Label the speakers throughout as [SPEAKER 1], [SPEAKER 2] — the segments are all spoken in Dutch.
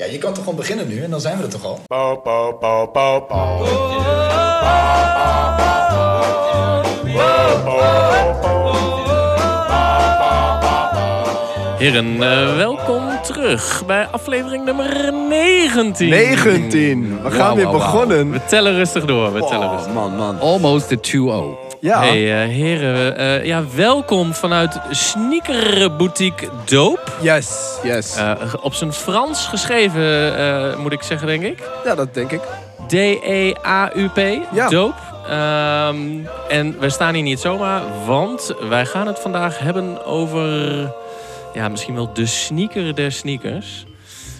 [SPEAKER 1] Ja, je kan toch gewoon beginnen nu en dan zijn we er toch al?
[SPEAKER 2] Bow, bow, bow, bow, bow.
[SPEAKER 3] Heren, eh, welkom terug bij aflevering nummer 19.
[SPEAKER 4] 19. We gaan
[SPEAKER 5] Wauw,
[SPEAKER 4] weer
[SPEAKER 5] wauw, wauw.
[SPEAKER 4] begonnen.
[SPEAKER 3] We tellen rustig door, we tellen rustig.
[SPEAKER 5] man, man.
[SPEAKER 6] Almost de
[SPEAKER 4] oh.
[SPEAKER 6] 2-0.
[SPEAKER 4] Ja.
[SPEAKER 3] Hey eh, heren, we, eh, ja, welkom vanuit sneakerboutique Doop.
[SPEAKER 4] Yes.
[SPEAKER 6] Yes.
[SPEAKER 3] Eh, op zijn Frans geschreven, eh, moet ik zeggen, denk ik.
[SPEAKER 4] Ja, dat denk ik.
[SPEAKER 3] E D-E-A-U-P,
[SPEAKER 4] Ja.
[SPEAKER 3] Doop. Ehm, en we staan hier niet zomaar, want wij gaan het vandaag hebben over... Ja, misschien wel de sneaker der sneakers.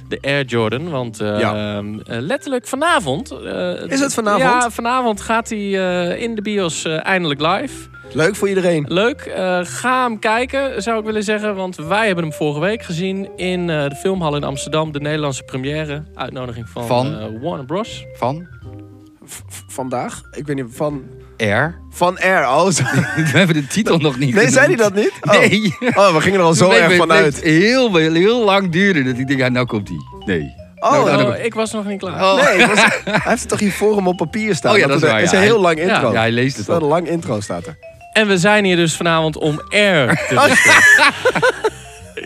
[SPEAKER 3] De Air Jordan, want eh,
[SPEAKER 4] Ja.
[SPEAKER 3] ehm, eh, letterlijk vanavond... eh,
[SPEAKER 4] Is het vanavond?
[SPEAKER 3] Ja, vanavond gaat hij eh, in de bios eh, eindelijk live.
[SPEAKER 4] Leuk voor iedereen.
[SPEAKER 3] Leuk, eh, ga hem kijken, zou ik willen zeggen. Want wij hebben hem vorige week gezien in eh, de filmhal in Amsterdam. De Nederlandse première. Uitnodiging van,
[SPEAKER 6] Van?
[SPEAKER 3] eh, Warner Bros.
[SPEAKER 6] Van
[SPEAKER 4] V- v- vandaag? Ik weet niet, van...
[SPEAKER 6] R.
[SPEAKER 4] Van Air. Oh, zo-
[SPEAKER 6] We hebben de titel nog niet
[SPEAKER 4] nee,
[SPEAKER 6] genoemd.
[SPEAKER 4] zei hij dat niet? Oh.
[SPEAKER 6] Nee.
[SPEAKER 4] Oh, we gingen er al zo
[SPEAKER 6] Nee,
[SPEAKER 4] erg
[SPEAKER 6] het
[SPEAKER 4] van
[SPEAKER 6] bleef
[SPEAKER 4] uit.
[SPEAKER 6] Heel, heel lang duren dat ik denk, ja, nou komt die. Nee.
[SPEAKER 4] Oh,
[SPEAKER 6] Nou,
[SPEAKER 3] Oh,
[SPEAKER 6] nou,
[SPEAKER 3] ik was nog niet klaar.
[SPEAKER 6] oh.
[SPEAKER 4] nee. het was- hij heeft het toch hier voor hem op papier staan?
[SPEAKER 6] Oh ja, dat is waar,
[SPEAKER 4] Er is
[SPEAKER 6] ja.
[SPEAKER 4] een heel lang
[SPEAKER 3] Ja,
[SPEAKER 4] intro.
[SPEAKER 6] ja, hij leest het
[SPEAKER 4] Wel
[SPEAKER 6] al.
[SPEAKER 4] een lang intro staat er.
[SPEAKER 3] En we zijn hier dus vanavond om air te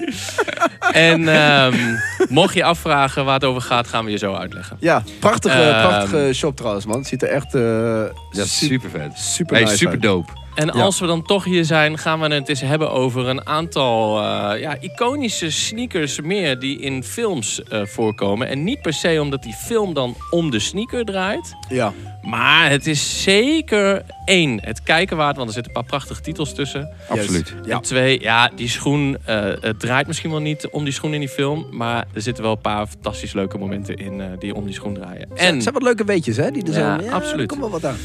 [SPEAKER 3] bespreken. En ehm, mocht je afvragen waar het over gaat, gaan we je zo uitleggen.
[SPEAKER 4] Ja, prachtige,
[SPEAKER 3] Ehm.
[SPEAKER 4] prachtige shop trouwens, man. Ziet er echt eh,
[SPEAKER 6] Ja,
[SPEAKER 4] su-
[SPEAKER 6] super vet.
[SPEAKER 4] super
[SPEAKER 6] Hey,
[SPEAKER 4] nice
[SPEAKER 6] super
[SPEAKER 4] uit.
[SPEAKER 6] dope.
[SPEAKER 3] En
[SPEAKER 4] Ja.
[SPEAKER 3] als we dan toch hier zijn, gaan we het eens hebben over een aantal eh, ja, iconische sneakers meer die in films eh, voorkomen. En niet per se omdat die film dan om de sneaker draait.
[SPEAKER 4] Ja.
[SPEAKER 3] Maar het is zeker één, het kijken waard, want er zitten een paar prachtige titels tussen.
[SPEAKER 6] Absoluut.
[SPEAKER 4] Ja.
[SPEAKER 3] En twee, ja, die schoen, eh, het draait misschien wel niet om die schoen in die film. Maar er zitten wel een paar fantastisch leuke momenten in eh, die om die schoen draaien.
[SPEAKER 4] En... Ze
[SPEAKER 3] En,
[SPEAKER 4] hebben wat leuke weetjes, hè? Die er
[SPEAKER 3] Ja,
[SPEAKER 4] zijn.
[SPEAKER 3] absoluut.
[SPEAKER 4] er Komt wel wat aan.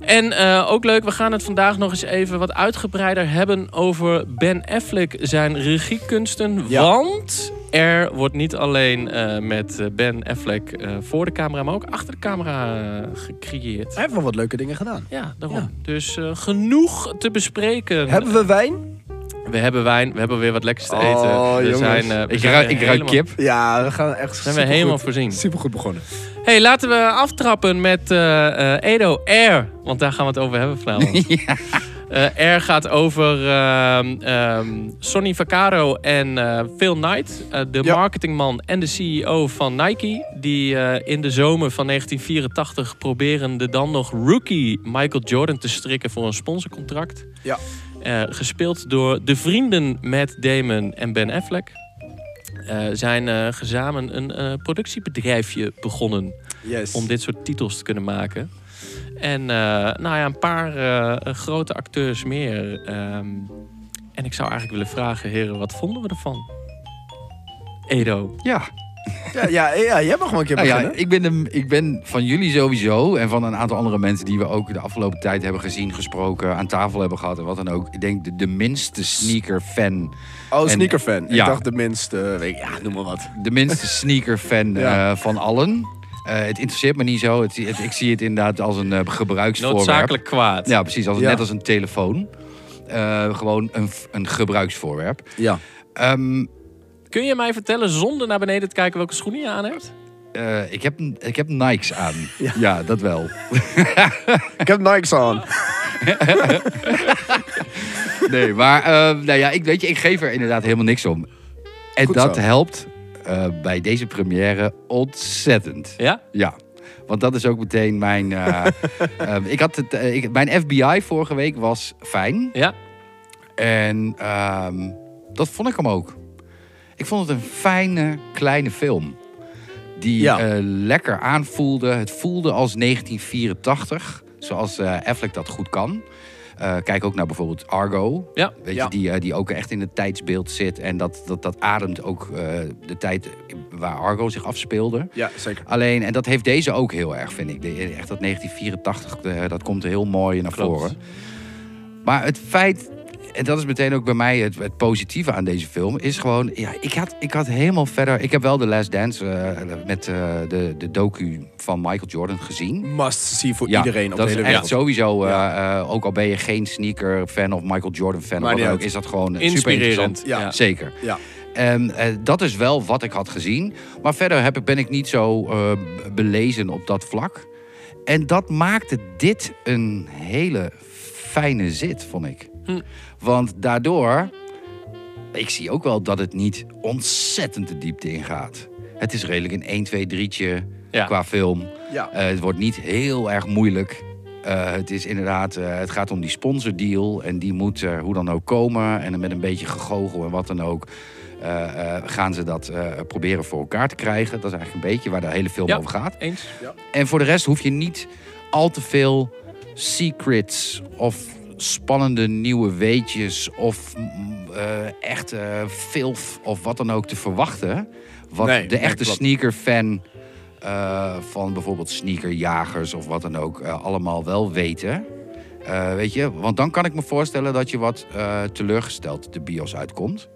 [SPEAKER 3] en eh, ook leuk, we gaan het vandaag nog eens even wat uitgebreider hebben over Ben Affleck, zijn regiekunsten.
[SPEAKER 4] Ja.
[SPEAKER 3] Want er wordt niet alleen eh, met eh, Ben Affleck eh, voor de camera, maar ook achter de camera eh, gecreëerd.
[SPEAKER 4] Hij heeft wel wat leuke dingen gedaan.
[SPEAKER 3] Ja, daarom.
[SPEAKER 4] Ja.
[SPEAKER 3] Dus eh, genoeg te bespreken.
[SPEAKER 4] Hebben we wijn?
[SPEAKER 3] We hebben wijn, we hebben weer wat lekkers te
[SPEAKER 4] Oh,
[SPEAKER 3] eten. we
[SPEAKER 4] jongens.
[SPEAKER 3] zijn, eh, we
[SPEAKER 6] Ik
[SPEAKER 3] zijn
[SPEAKER 6] ruik,
[SPEAKER 3] weer
[SPEAKER 6] ik ruik
[SPEAKER 3] helemaal-
[SPEAKER 6] kip.
[SPEAKER 4] Ja, we gaan echt
[SPEAKER 3] Zijn we helemaal voorzien.
[SPEAKER 4] Super goed begonnen.
[SPEAKER 3] Hey, laten we aftrappen met eh, eh, Edo Air. Want daar gaan we het over hebben vanavond. Eh, Air gaat over ehm, ehm, Sonny Vaccaro en eh, Phil Knight. eh, de
[SPEAKER 4] Ja.
[SPEAKER 3] marketingman en de CEO van Nike. Die eh, in de zomer van 1984 proberen de dan nog rookie Michael Jordan te strikken voor een sponsorcontract.
[SPEAKER 4] Ja.
[SPEAKER 3] Eh, gespeeld door de vrienden Matt Damon en Ben Affleck. eh, zijn eh, gezamen een eh, productiebedrijfje begonnen
[SPEAKER 4] Yes.
[SPEAKER 3] om dit soort titels te kunnen maken. En eh, nou ja, een paar eh, grote acteurs meer. ehm. en ik zou eigenlijk willen vragen, heren, wat vonden we ervan? Edo.
[SPEAKER 6] Ja.
[SPEAKER 4] Ja, ja, ja, jij mag gewoon een keer
[SPEAKER 6] Nou ja,
[SPEAKER 4] beginnen.
[SPEAKER 6] ik ben, hem- ik ben van jullie sowieso en van een aantal andere mensen die we ook de afgelopen tijd hebben gezien, gesproken, aan tafel hebben gehad en wat dan ook. Ik denk de, de minste sneaker-fan
[SPEAKER 4] oh,
[SPEAKER 6] en-
[SPEAKER 4] sneakerfan. Ik
[SPEAKER 6] ja.
[SPEAKER 4] dacht de minste, weet ik- ja, noem maar wat.
[SPEAKER 6] de minste sneaker-fan
[SPEAKER 4] Ja.
[SPEAKER 6] eh, van allen. Eh, het interesseert me niet zo. Het, het- ik zie het inderdaad als een eh, gebruiksvoorwerp.
[SPEAKER 3] Noodzakelijk kwaad.
[SPEAKER 6] Ja, precies. Als,
[SPEAKER 4] Ja.
[SPEAKER 6] Net als een telefoon. Eh, gewoon een, v- een gebruiksvoorwerp.
[SPEAKER 4] Ja.
[SPEAKER 6] Ehm,
[SPEAKER 3] Kun je mij vertellen, zonder naar beneden te kijken, welke schoenen je aan hebt?
[SPEAKER 6] eh, ik, heb, ik heb Nikes aan. Ja, dat wel.
[SPEAKER 4] Ik heb Nikes aan.
[SPEAKER 6] Nee, maar eh, nou ja, ik, weet je, ik geef er inderdaad helemaal niks om. En
[SPEAKER 4] Goed
[SPEAKER 6] dat
[SPEAKER 4] zo.
[SPEAKER 6] helpt eh, bij deze première ontzettend.
[SPEAKER 3] Ja?
[SPEAKER 6] Ja, want dat is ook meteen mijn. eh, eh, ik had het, eh, ik, mijn FBI vorige week was fijn.
[SPEAKER 3] Ja?
[SPEAKER 6] En ehm, dat vond ik hem ook. Ik vond het een fijne, kleine film. Die
[SPEAKER 4] Ja.
[SPEAKER 6] eh, lekker aanvoelde. Het voelde als 1984. Zoals eh Affleck dat goed kan. Eh, kijk ook naar bijvoorbeeld Argo.
[SPEAKER 3] Ja.
[SPEAKER 6] Weet
[SPEAKER 4] Ja.
[SPEAKER 6] je, die, eh, die ook echt in het tijdsbeeld zit. En dat, dat, dat ademt ook eh, de tijd waar Argo zich afspeelde.
[SPEAKER 4] Ja, zeker.
[SPEAKER 6] Alleen, en dat heeft deze ook heel erg, vind ik. De, echt dat 1984, eh, dat komt heel mooi naar
[SPEAKER 3] Klopt.
[SPEAKER 6] voren. Maar het feit, en dat is meteen ook bij mij het, het positieve aan deze film, is gewoon, ja, ik had, ik had helemaal verder. Ik heb wel The Last Dance eh, met eh, de, de docu van Michael Jordan gezien.
[SPEAKER 4] Must see voor
[SPEAKER 6] Ja,
[SPEAKER 4] iedereen op
[SPEAKER 6] dat
[SPEAKER 4] de hele
[SPEAKER 6] is echt
[SPEAKER 4] wereld.
[SPEAKER 6] sowieso, eh, eh, ook al ben je geen sneaker fan of Michael Jordan fan,
[SPEAKER 4] Maar
[SPEAKER 6] of
[SPEAKER 4] niet
[SPEAKER 6] wat dan ook,
[SPEAKER 4] uit.
[SPEAKER 6] is dat gewoon eh, super
[SPEAKER 3] Inspirerend.
[SPEAKER 6] interessant.
[SPEAKER 4] Ja.
[SPEAKER 6] Zeker.
[SPEAKER 4] Ja.
[SPEAKER 6] En eh, dat is wel wat ik had gezien. Maar verder heb ik, ben ik niet zo eh, belezen op dat vlak. En dat maakte dit een hele fijne zit, vond ik. Want daardoor, ik zie ook wel dat het niet ontzettend de diepte ingaat. Het is redelijk een 1, 2, 3'tje
[SPEAKER 3] Ja.
[SPEAKER 6] qua film.
[SPEAKER 4] Ja.
[SPEAKER 6] Eh, het wordt niet heel erg moeilijk. Eh, het is inderdaad, eh, het gaat om die sponsordeal. En die moet eh, hoe dan ook komen. En dan met een beetje gegogel en wat dan ook. eh, eh, gaan ze dat eh, proberen voor elkaar te krijgen. Dat is eigenlijk een beetje waar de hele film
[SPEAKER 3] Ja.
[SPEAKER 6] over gaat.
[SPEAKER 3] Eens?
[SPEAKER 6] En voor de rest hoef je niet al te veel secrets of spannende nieuwe weetjes of mm, eh, echte filf of wat dan ook te verwachten. Wat
[SPEAKER 4] Nee,
[SPEAKER 6] de
[SPEAKER 4] nee,
[SPEAKER 6] echte
[SPEAKER 4] klopt.
[SPEAKER 6] sneakerfan eh, van bijvoorbeeld sneakerjagers of wat dan ook eh, allemaal wel weten. Eh, weet je, want dan kan ik me voorstellen dat je wat eh, teleurgesteld de bios uitkomt.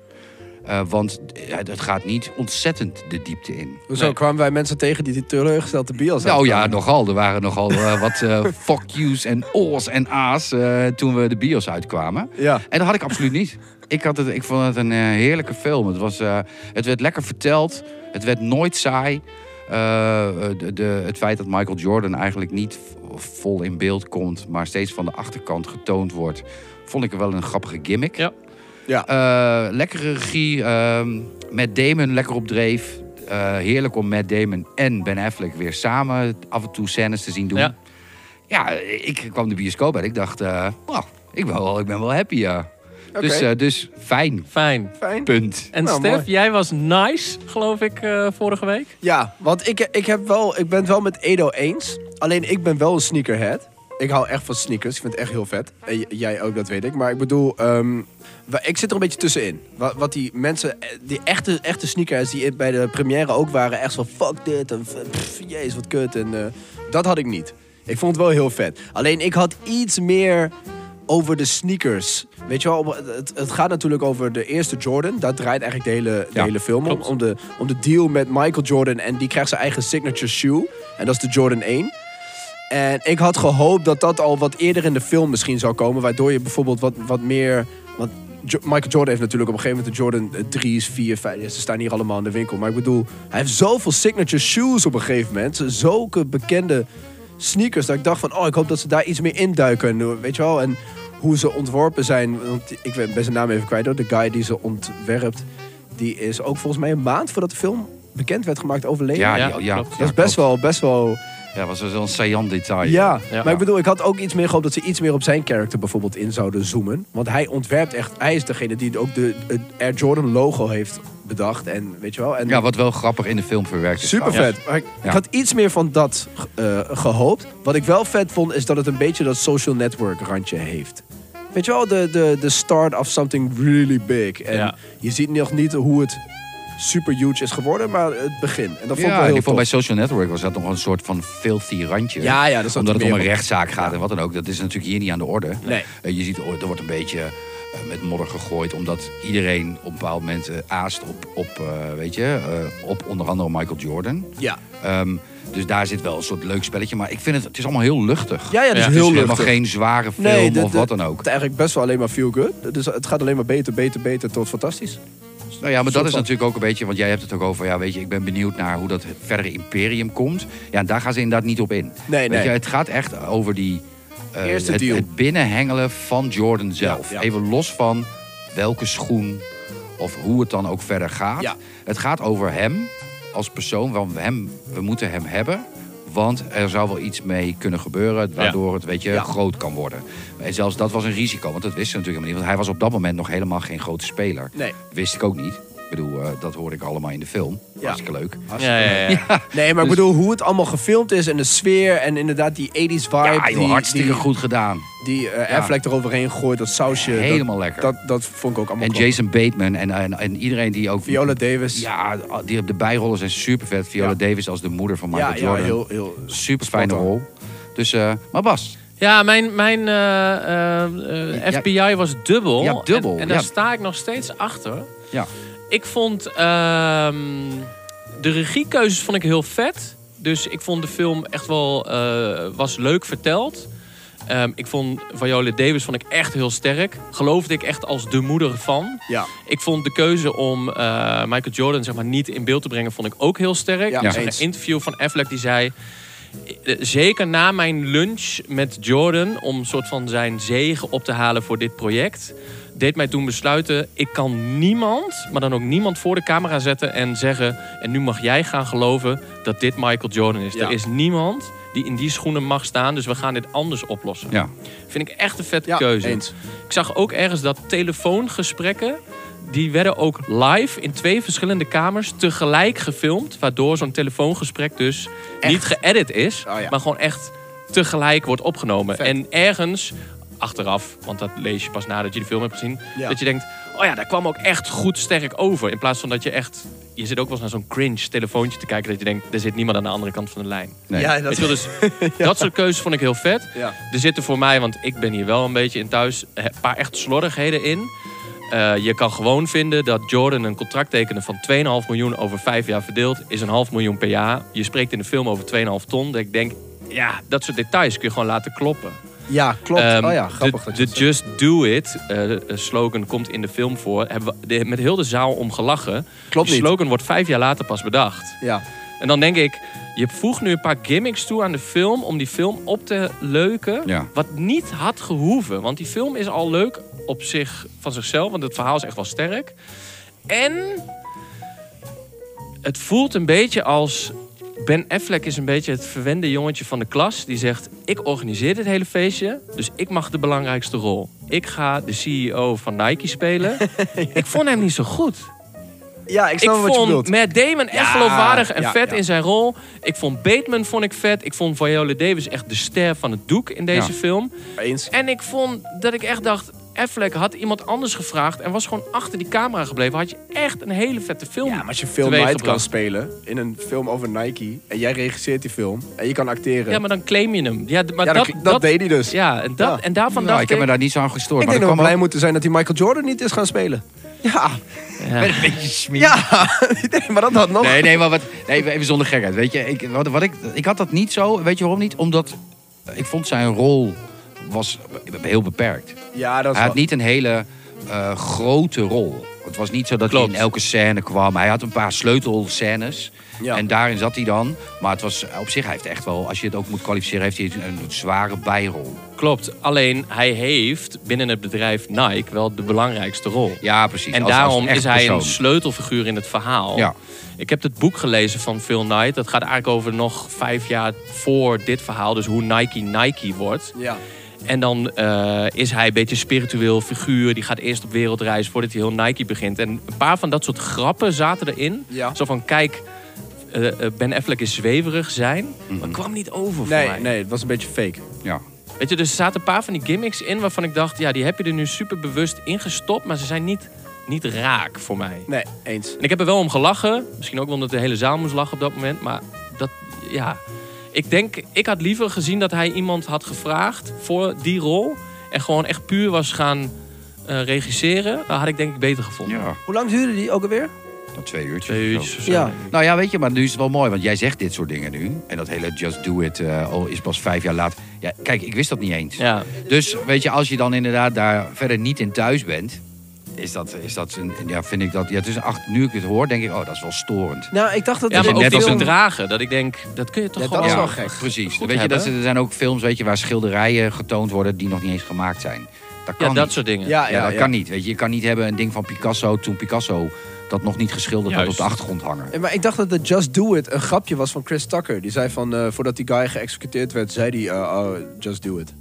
[SPEAKER 6] Eh, want het het gaat niet ontzettend de diepte in.
[SPEAKER 4] Hoezo kwamen wij mensen tegen die teleurgesteld de bios
[SPEAKER 6] Nou ja,
[SPEAKER 4] uitkwamen?
[SPEAKER 6] nogal. Er waren nogal eh, wat eh, fuck yous en oors en a's eh, toen we de bios uitkwamen.
[SPEAKER 4] Ja.
[SPEAKER 6] En dat had ik absoluut niet. Ik, had het, ik vond het een eh, heerlijke film. Het, was, eh, het werd lekker verteld. Het werd nooit saai. Eh, de, de- het feit dat Michael Jordan eigenlijk niet v- vol in beeld komt, maar steeds van de achterkant getoond wordt, vond ik wel een grappige gimmick.
[SPEAKER 3] Ja.
[SPEAKER 4] Ja.
[SPEAKER 6] Eh, lekkere regie. ehm Matt Damon lekker op dreef. Eh, heerlijk om Matt Damon en Ben Affleck weer samen af en toe scènes te zien doen.
[SPEAKER 3] Ja.
[SPEAKER 6] Ja, ik kwam de bioscoop en ik dacht, eh, nou, ik, ben wel, ik ben wel happy. ja. Dus, eh, dus fijn,
[SPEAKER 3] Fijn.
[SPEAKER 4] Fijn.
[SPEAKER 6] punt.
[SPEAKER 3] En
[SPEAKER 4] Nou,
[SPEAKER 3] Stef,
[SPEAKER 4] mooi.
[SPEAKER 3] jij was nice, geloof ik, eh, vorige week.
[SPEAKER 4] Ja, want ik, ik, heb wel, ik ben het wel met Edo eens. Alleen ik ben wel een sneakerhead. Ik hou echt van sneakers. Ik vind het echt heel vet. En j- jij ook, dat weet ik. Maar ik bedoel, ehm, wa- ik zit er een beetje tussenin. Wat, wat die mensen, eh, die echte, echte sneakers die bij de première ook waren, echt zo fuck dit. En f- pff, jezus, wat kut. En eh, dat had ik niet. Ik vond het wel heel vet. Alleen ik had iets meer over de sneakers. Weet je wel, op- het, het gaat natuurlijk over de eerste Jordan. Daar draait eigenlijk de hele, de
[SPEAKER 6] Ja,
[SPEAKER 4] hele film om. Om de, om de deal met Michael Jordan. En die krijgt zijn eigen signature shoe. En dat is de Jordan 1. En ik had gehoopt dat dat al wat eerder in de film misschien zou komen. Waardoor je bijvoorbeeld wat, wat meer... Want Jo- Michael Jordan heeft natuurlijk op een gegeven moment de Jordan eh, 3's, 4, 5... Ze staan hier allemaal in de winkel. Maar ik bedoel, hij heeft zoveel signature shoes op een gegeven moment. Zulke bekende sneakers dat ik dacht van... Oh, ik hoop dat ze daar iets meer induiken. En, eh, Weet je wel? En hoe ze ontworpen zijn. Want ik ben ben zijn naam even kwijt hoor. De guy die ze ontwerpt... Die is ook volgens mij een maand voordat de film bekend werd gemaakt overleden.
[SPEAKER 6] Ja,
[SPEAKER 3] Ja,
[SPEAKER 6] ja, ja, ja,
[SPEAKER 3] klopt.
[SPEAKER 4] dat is best wel, best wel
[SPEAKER 6] klopt. Ja, was wel een saillant detail.
[SPEAKER 4] ja,
[SPEAKER 3] Ja.
[SPEAKER 4] maar ik bedoel, ik had ook iets meer gehoopt dat ze iets meer op zijn karakter bijvoorbeeld in zouden zoomen. Want hij ontwerpt echt, hij is degene die ook de, het Air Jordan logo heeft bedacht. En weet je wel, en
[SPEAKER 6] Ja, wat wel grappig in de film verwerkt is.
[SPEAKER 4] super vet. Maar ik,
[SPEAKER 6] Ja.
[SPEAKER 4] ik had iets meer van dat eh, gehoopt. Wat ik wel vet vond, is dat het een beetje dat social network randje heeft. Weet je wel, de, de, de start of something really big. En
[SPEAKER 3] Ja.
[SPEAKER 4] je ziet nog niet hoe het super huge is geworden, maar het begin. En dat vond ik
[SPEAKER 6] Ja,
[SPEAKER 4] wel
[SPEAKER 6] ik
[SPEAKER 4] heel
[SPEAKER 6] vond
[SPEAKER 4] tof.
[SPEAKER 6] bij Social Network was dat nog een soort van filthy randje.
[SPEAKER 4] Ja, ja, dat is natuurlijk
[SPEAKER 6] Omdat het om een
[SPEAKER 4] meer op-
[SPEAKER 6] rechtszaak gaat en wat dan ook. Dat is natuurlijk hier niet aan de orde.
[SPEAKER 4] Nee.
[SPEAKER 6] Eh, je ziet, er wordt een beetje eh, met modder gegooid. Omdat iedereen op een bepaald moment eh, aast op, op, eh, weet je, eh, op onder andere Michael Jordan.
[SPEAKER 4] Ja,
[SPEAKER 6] Ehm, dus daar zit wel een soort leuk spelletje. Maar ik vind het, het is allemaal heel luchtig.
[SPEAKER 4] ja, ja,
[SPEAKER 3] Ja,
[SPEAKER 4] dat is
[SPEAKER 3] het
[SPEAKER 6] het
[SPEAKER 4] heel
[SPEAKER 6] is helemaal
[SPEAKER 4] luchtig.
[SPEAKER 6] geen zware film
[SPEAKER 4] dit-
[SPEAKER 6] of wat
[SPEAKER 4] dit-
[SPEAKER 6] dan ook.
[SPEAKER 4] Het is eigenlijk best wel alleen maar feel good. Dus het gaat alleen maar beter, beter, beter tot fantastisch.
[SPEAKER 6] Nou ja, maar dat
[SPEAKER 4] soort
[SPEAKER 6] is
[SPEAKER 4] van-
[SPEAKER 6] natuurlijk ook een beetje, want jij hebt het ook over, ja, weet je, ik ben benieuwd naar hoe dat verdere imperium komt. Ja, en daar gaan ze inderdaad niet op in.
[SPEAKER 4] Nee,
[SPEAKER 6] Weet
[SPEAKER 4] nee.
[SPEAKER 6] Je, het gaat echt over die eh,
[SPEAKER 4] Eerste
[SPEAKER 6] het,
[SPEAKER 4] deal.
[SPEAKER 6] het binnenhengelen van Jordan zelf.
[SPEAKER 4] Ja, ja.
[SPEAKER 6] Even los van welke schoen of hoe het dan ook verder gaat.
[SPEAKER 4] Ja.
[SPEAKER 6] Het gaat over hem als persoon, want we, hem, we moeten hem hebben. Want er zou wel iets mee kunnen gebeuren, waardoor het weet je,
[SPEAKER 4] Ja.
[SPEAKER 6] groot kan worden. En zelfs dat was een risico, want dat wisten ze natuurlijk helemaal niet. Want hij was op dat moment nog helemaal geen grote speler.
[SPEAKER 4] Nee.
[SPEAKER 6] Wist ik ook niet. Ik bedoel, eh, dat hoorde ik allemaal in de film.
[SPEAKER 4] Ja.
[SPEAKER 6] Hartstikke leuk.
[SPEAKER 3] Ja, ja, ja.
[SPEAKER 4] Nee, maar ik
[SPEAKER 6] Dus-
[SPEAKER 4] bedoel, hoe het allemaal gefilmd is en de sfeer en inderdaad die 80s vibe.
[SPEAKER 6] Ja, joh,
[SPEAKER 4] die,
[SPEAKER 6] hartstikke
[SPEAKER 4] die,
[SPEAKER 6] goed gedaan.
[SPEAKER 4] Die eh Affleck eroverheen gooit, dat sausje. dat-
[SPEAKER 6] Helemaal lekker.
[SPEAKER 4] Dat, dat vond ik ook allemaal
[SPEAKER 6] En
[SPEAKER 4] knap.
[SPEAKER 6] Jason Bateman en, en, en iedereen die ook...
[SPEAKER 4] Viola Davis.
[SPEAKER 6] Ja, die, de bijrollen zijn super vet. Viola
[SPEAKER 4] Ja.
[SPEAKER 6] Davis als de moeder van
[SPEAKER 4] ja,
[SPEAKER 6] Michael
[SPEAKER 4] ja,
[SPEAKER 6] Jordan.
[SPEAKER 4] heel, heel
[SPEAKER 6] super fijne
[SPEAKER 4] spot on.
[SPEAKER 6] rol. Dus, eh, maar Bas,
[SPEAKER 3] Ja, mijn, mijn eh, eh, eh,
[SPEAKER 6] Ja.
[SPEAKER 3] FBI was dubbel.
[SPEAKER 6] Ja, dubbel,
[SPEAKER 3] En, en daar
[SPEAKER 6] ja.
[SPEAKER 3] sta ik nog steeds achter.
[SPEAKER 6] ja.
[SPEAKER 3] Ik vond ehm, de regiekeuzes vond ik heel vet. Dus ik vond de film echt wel eh, was leuk verteld. Ehm, ik vond Viola Davis vond ik echt heel sterk. Geloofde ik echt als de moeder van.
[SPEAKER 4] Ja.
[SPEAKER 3] Ik vond de keuze om eh, Michael Jordan zeg maar, niet in beeld te brengen, vond ik ook heel sterk.
[SPEAKER 4] Ja,
[SPEAKER 3] ik zag
[SPEAKER 4] eens.
[SPEAKER 3] een interview van Affleck die zei... eh, Zeker na mijn lunch met Jordan, om een soort van zijn zegen op te halen voor dit project, deed mij toen besluiten: ik kan niemand, maar dan ook niemand voor de camera zetten en zeggen: en nu mag jij gaan geloven dat dit Michael Jordan is.
[SPEAKER 4] Ja.
[SPEAKER 3] Er is niemand die in die schoenen mag staan, dus we gaan dit anders oplossen.
[SPEAKER 6] Ja.
[SPEAKER 3] Vind ik echt een vette
[SPEAKER 4] Ja,
[SPEAKER 3] keuze.
[SPEAKER 4] eens.
[SPEAKER 3] Ik zag ook ergens dat telefoongesprekken. Die werden ook live in twee verschillende kamers tegelijk gefilmd. Waardoor zo'n telefoongesprek dus niet geëdit is.
[SPEAKER 4] Oh ja.
[SPEAKER 3] Maar gewoon echt tegelijk wordt opgenomen.
[SPEAKER 4] Vet.
[SPEAKER 3] En ergens achteraf, want dat lees je pas nadat je de film hebt gezien.
[SPEAKER 4] Ja.
[SPEAKER 3] Dat je denkt, oh ja, daar kwam ook echt goed sterk over. In plaats van dat je echt... Je zit ook wel eens naar zo'n cringe telefoontje te kijken. Dat je denkt, er zit niemand aan de andere kant van de lijn.
[SPEAKER 6] Nee.
[SPEAKER 4] Ja,
[SPEAKER 3] Dat,
[SPEAKER 4] dat,
[SPEAKER 3] dus, dat soort keuzes vond ik heel vet.
[SPEAKER 4] Ja.
[SPEAKER 3] Er zitten voor mij, want ik ben hier wel een beetje in thuis, een paar echt slordigheden in. Eh, je kan gewoon vinden dat Jordan een contract tekende van 2,5 miljoen over vijf jaar verdeeld. Is een half miljoen per jaar. Je spreekt in de film over 2,5 ton. Dat ik denk, ja, dat soort details kun je gewoon laten kloppen.
[SPEAKER 4] ja klopt.
[SPEAKER 3] Ehm,
[SPEAKER 4] oh ja,
[SPEAKER 3] de-
[SPEAKER 4] grappig. dat
[SPEAKER 3] De
[SPEAKER 4] je dat zegt.
[SPEAKER 3] Just Do It eh, slogan komt in de film voor. Hebben we de- met heel de zaal om gelachen.
[SPEAKER 4] Klopt
[SPEAKER 3] Die
[SPEAKER 4] niet.
[SPEAKER 3] slogan wordt vijf jaar later pas bedacht.
[SPEAKER 4] Ja.
[SPEAKER 3] En dan denk ik, je voegt nu een paar gimmicks toe aan de film om die film op te leuken.
[SPEAKER 6] Ja.
[SPEAKER 3] Wat niet had gehoeven. Want die film is al leuk op zich van zichzelf, want het verhaal is echt wel sterk. En het voelt een beetje als. Ben Affleck is een beetje het verwende jongetje van de klas. Die zegt: Ik organiseer dit hele feestje, dus ik mag de belangrijkste rol. Ik ga de CEO van Nike spelen. Ik vond hem niet zo goed.
[SPEAKER 4] ja, ik
[SPEAKER 3] Ik
[SPEAKER 4] snap wat je bedoelt.
[SPEAKER 3] vond Matt Damon echt
[SPEAKER 4] Ja,
[SPEAKER 3] geloofwaardig en
[SPEAKER 4] ja,
[SPEAKER 3] vet
[SPEAKER 4] ja.
[SPEAKER 3] in zijn rol. Ik vond Bateman vond ik vet. Ik vond Viola Davis echt de ster van het doek in deze
[SPEAKER 6] Ja.
[SPEAKER 3] film.
[SPEAKER 4] Eens.
[SPEAKER 3] En ik vond dat ik echt dacht... Affleck had iemand anders gevraagd en was gewoon achter die camera gebleven. Had je echt een hele vette film
[SPEAKER 4] Ja, maar als je film
[SPEAKER 3] teweeg
[SPEAKER 4] Night kan
[SPEAKER 3] gebracht.
[SPEAKER 4] spelen in een film over Nike en jij regisseert die film en je kan acteren.
[SPEAKER 3] Ja, maar dan claim je hem. Ja, d- maar
[SPEAKER 4] Ja,
[SPEAKER 3] dat,
[SPEAKER 4] dat, dat deed hij dus.
[SPEAKER 3] Ja, en, dat,
[SPEAKER 4] Ja.
[SPEAKER 3] en daarvan
[SPEAKER 6] Nou,
[SPEAKER 3] dacht
[SPEAKER 6] ik heb me daar niet zo aan gestoord.
[SPEAKER 4] Ik
[SPEAKER 6] maar
[SPEAKER 4] denk dat we
[SPEAKER 6] dat
[SPEAKER 4] blij
[SPEAKER 6] kwam
[SPEAKER 4] moeten zijn dat hij Michael Jordan niet is gaan spelen. Ja,
[SPEAKER 3] Ja.
[SPEAKER 6] ook- Beetje smie-
[SPEAKER 4] ja. nee, maar dat had nog.
[SPEAKER 6] Nee, nee, maar wat, nee, even zonder gekheid. Weet je, ik, wat, wat ik, ik had dat niet zo. Weet je waarom niet? Omdat ik vond zijn rol was heel beperkt.
[SPEAKER 4] Ja, dat is
[SPEAKER 6] Hij had
[SPEAKER 4] wel-
[SPEAKER 6] niet een hele eh, grote rol. Het was niet zo dat
[SPEAKER 3] Klopt.
[SPEAKER 6] hij in elke scène kwam. Hij had een paar sleutelscènes.
[SPEAKER 4] Ja.
[SPEAKER 6] En daarin zat hij dan. Maar het was op zich, hij heeft echt wel, als je het ook moet kwalificeren, heeft hij een zware bijrol.
[SPEAKER 3] Klopt. Alleen hij heeft binnen het bedrijf Nike wel de belangrijkste rol.
[SPEAKER 6] Ja, precies.
[SPEAKER 3] En
[SPEAKER 6] Als- als
[SPEAKER 3] daarom
[SPEAKER 6] echt
[SPEAKER 3] is hij een
[SPEAKER 6] persoon.
[SPEAKER 3] sleutelfiguur in het verhaal.
[SPEAKER 6] Ja.
[SPEAKER 3] Ik heb het boek gelezen van Phil Knight. Dat gaat eigenlijk over nog vijf jaar voor dit verhaal. Dus hoe Nike Nike wordt.
[SPEAKER 4] Ja.
[SPEAKER 3] En dan eh, is hij een beetje een spiritueel figuur. Die gaat eerst op wereldreis voordat hij heel Nike begint. En een paar van dat soort grappen zaten erin.
[SPEAKER 4] Ja.
[SPEAKER 3] Zo van, kijk, eh, eh, Ben Affleck is zweverig zijn.
[SPEAKER 6] Mhm.
[SPEAKER 3] Maar kwam niet over voor
[SPEAKER 4] Nee,
[SPEAKER 3] mij.
[SPEAKER 4] nee, het was een beetje fake.
[SPEAKER 6] Ja.
[SPEAKER 3] Weet je, dus er zaten een paar van die gimmicks in waarvan ik dacht... ja, die heb je er nu super bewust ingestopt. Maar ze zijn niet, niet raak voor mij.
[SPEAKER 4] Nee, eens.
[SPEAKER 3] En ik heb er wel om gelachen. Misschien ook wel omdat de hele zaal moest lachen op dat moment. Maar dat, ja. Ik denk, ik had liever gezien dat hij iemand had gevraagd voor die rol. En gewoon echt puur was gaan eh, regisseren. Dat had ik denk ik beter gevonden.
[SPEAKER 6] ja.
[SPEAKER 4] Hoe lang duurde die ook alweer?
[SPEAKER 6] Dat Nou, twee uurtjes.
[SPEAKER 3] Twee
[SPEAKER 6] of zo.
[SPEAKER 3] uurtjes of zo.
[SPEAKER 4] Ja.
[SPEAKER 6] Nou ja, weet je, maar nu is het wel mooi, want jij zegt dit soort dingen nu. En dat hele just do it eh, oh, is pas vijf jaar later. Ja, kijk, ik wist dat niet eens.
[SPEAKER 3] Ja.
[SPEAKER 6] Dus weet je, als je dan inderdaad daar verder niet in thuis bent, is dat, is dat een, ja, vind ik dat, ja, het is een acht, nu ik het hoor, denk ik, oh, dat is wel storend.
[SPEAKER 4] Nou, ik dacht dat
[SPEAKER 3] Ja,
[SPEAKER 4] het
[SPEAKER 3] maar
[SPEAKER 4] een
[SPEAKER 3] ook
[SPEAKER 6] net
[SPEAKER 3] die
[SPEAKER 6] als een-
[SPEAKER 4] film...
[SPEAKER 3] bedragen. Dat ik denk, dat kun je toch
[SPEAKER 4] Ja, dat
[SPEAKER 3] gewoon...
[SPEAKER 4] is wel
[SPEAKER 3] Ja.
[SPEAKER 4] gek.
[SPEAKER 6] Precies.
[SPEAKER 3] Goed
[SPEAKER 6] weet je, dat,
[SPEAKER 3] hebben.
[SPEAKER 6] er zijn ook films, weet je, waar schilderijen getoond worden die nog niet eens gemaakt zijn. Dat kan
[SPEAKER 3] dat
[SPEAKER 6] niet.
[SPEAKER 3] soort dingen.
[SPEAKER 4] Ja,
[SPEAKER 6] Ja, dat kan niet. Weet je, je kan niet hebben een ding van Picasso toen Picasso dat nog niet geschilderd had op
[SPEAKER 3] Juist.
[SPEAKER 6] de achtergrond hangen.
[SPEAKER 4] Eh, Maar ik dacht dat de Just Do It een grapje was van Chris Tucker. Die zei van, eh, voordat die guy geëxecuteerd werd, zei hij, eh, oh, Just Do It.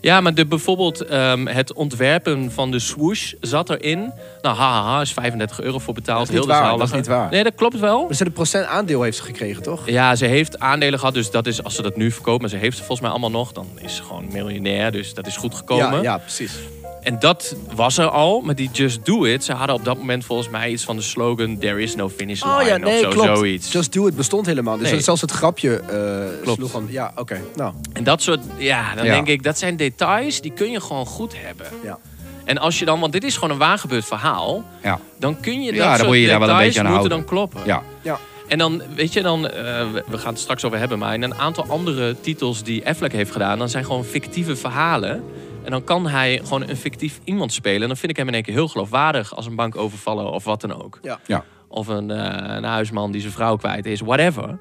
[SPEAKER 3] Ja, maar de, bijvoorbeeld ehm, het ontwerpen van de swoosh zat erin. Nou, haha, is 35 euro voor betaald.
[SPEAKER 4] Dat is niet
[SPEAKER 3] Heel de
[SPEAKER 4] waar,
[SPEAKER 3] zaal
[SPEAKER 4] dat is
[SPEAKER 3] lachen.
[SPEAKER 4] niet waar.
[SPEAKER 3] Nee, dat klopt wel.
[SPEAKER 4] Maar ze een procent aandeel heeft ze gekregen, toch?
[SPEAKER 3] Ja, ze heeft aandelen gehad, dus dat is als ze dat nu verkoopt, maar ze heeft ze volgens mij allemaal nog, dan is ze gewoon miljonair, dus dat is goed gekomen.
[SPEAKER 4] Ja, ja, precies.
[SPEAKER 3] En dat was er al, maar die Just Do It, ze hadden op dat moment volgens mij iets van de slogan There is no
[SPEAKER 6] Oh
[SPEAKER 3] finish
[SPEAKER 4] Oh,
[SPEAKER 3] line of zo, zoiets.
[SPEAKER 4] Just Do It bestond helemaal. Dus
[SPEAKER 3] Nee.
[SPEAKER 4] zelfs het grapje eh
[SPEAKER 3] Klopt.
[SPEAKER 4] sloeg aan. Ja, oké. Nou,
[SPEAKER 3] En dat soort, ja, dan
[SPEAKER 6] Ja.
[SPEAKER 3] denk ik, dat zijn details die kun je gewoon goed hebben.
[SPEAKER 4] ja.
[SPEAKER 3] En als je dan, want dit is gewoon een waargebeurd verhaal,
[SPEAKER 6] Ja.
[SPEAKER 3] dan kun je dat
[SPEAKER 6] Ja, dan
[SPEAKER 3] soort
[SPEAKER 6] moet je daar wel een
[SPEAKER 3] details
[SPEAKER 6] beetje aan
[SPEAKER 3] moeten
[SPEAKER 6] houden.
[SPEAKER 3] dan kloppen.
[SPEAKER 6] Ja.
[SPEAKER 4] ja.
[SPEAKER 3] En dan, weet je, dan, eh, we- we gaan het straks over hebben, maar in een aantal andere titels die Affleck heeft gedaan, dan zijn gewoon fictieve verhalen. En dan kan hij gewoon een fictief iemand spelen. En dan vind ik hem in één keer heel geloofwaardig als een bank overvallen of wat dan ook.
[SPEAKER 4] Ja.
[SPEAKER 6] Ja.
[SPEAKER 3] Of een, eh, een huisman die zijn vrouw kwijt is, whatever.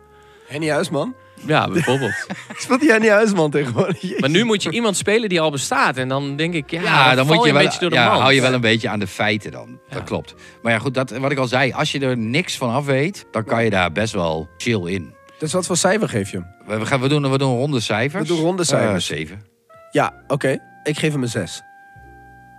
[SPEAKER 4] Henny Huisman?
[SPEAKER 3] Ja, bijvoorbeeld.
[SPEAKER 4] Speelt die Henny Huisman tegenwoordig? Jezus.
[SPEAKER 3] maar nu moet je iemand spelen die al bestaat. En dan denk ik, ja,
[SPEAKER 6] Ja, dan
[SPEAKER 3] val
[SPEAKER 6] moet je
[SPEAKER 3] een
[SPEAKER 6] wel,
[SPEAKER 3] beetje door de
[SPEAKER 6] ja,
[SPEAKER 3] mand.
[SPEAKER 6] hou je wel een beetje aan de feiten dan. Dat klopt. Maar ja, goed, dat, wat ik al zei, als je er niks van af weet, dan kan je daar best wel chill in.
[SPEAKER 4] Dus wat voor cijfer geef je hem?
[SPEAKER 6] We, we gaan, we, doen, we doen ronde cijfers.
[SPEAKER 4] We doen ronde cijfers.
[SPEAKER 6] Eh, zeven.
[SPEAKER 4] Ja, oké. Ik geef hem een 6.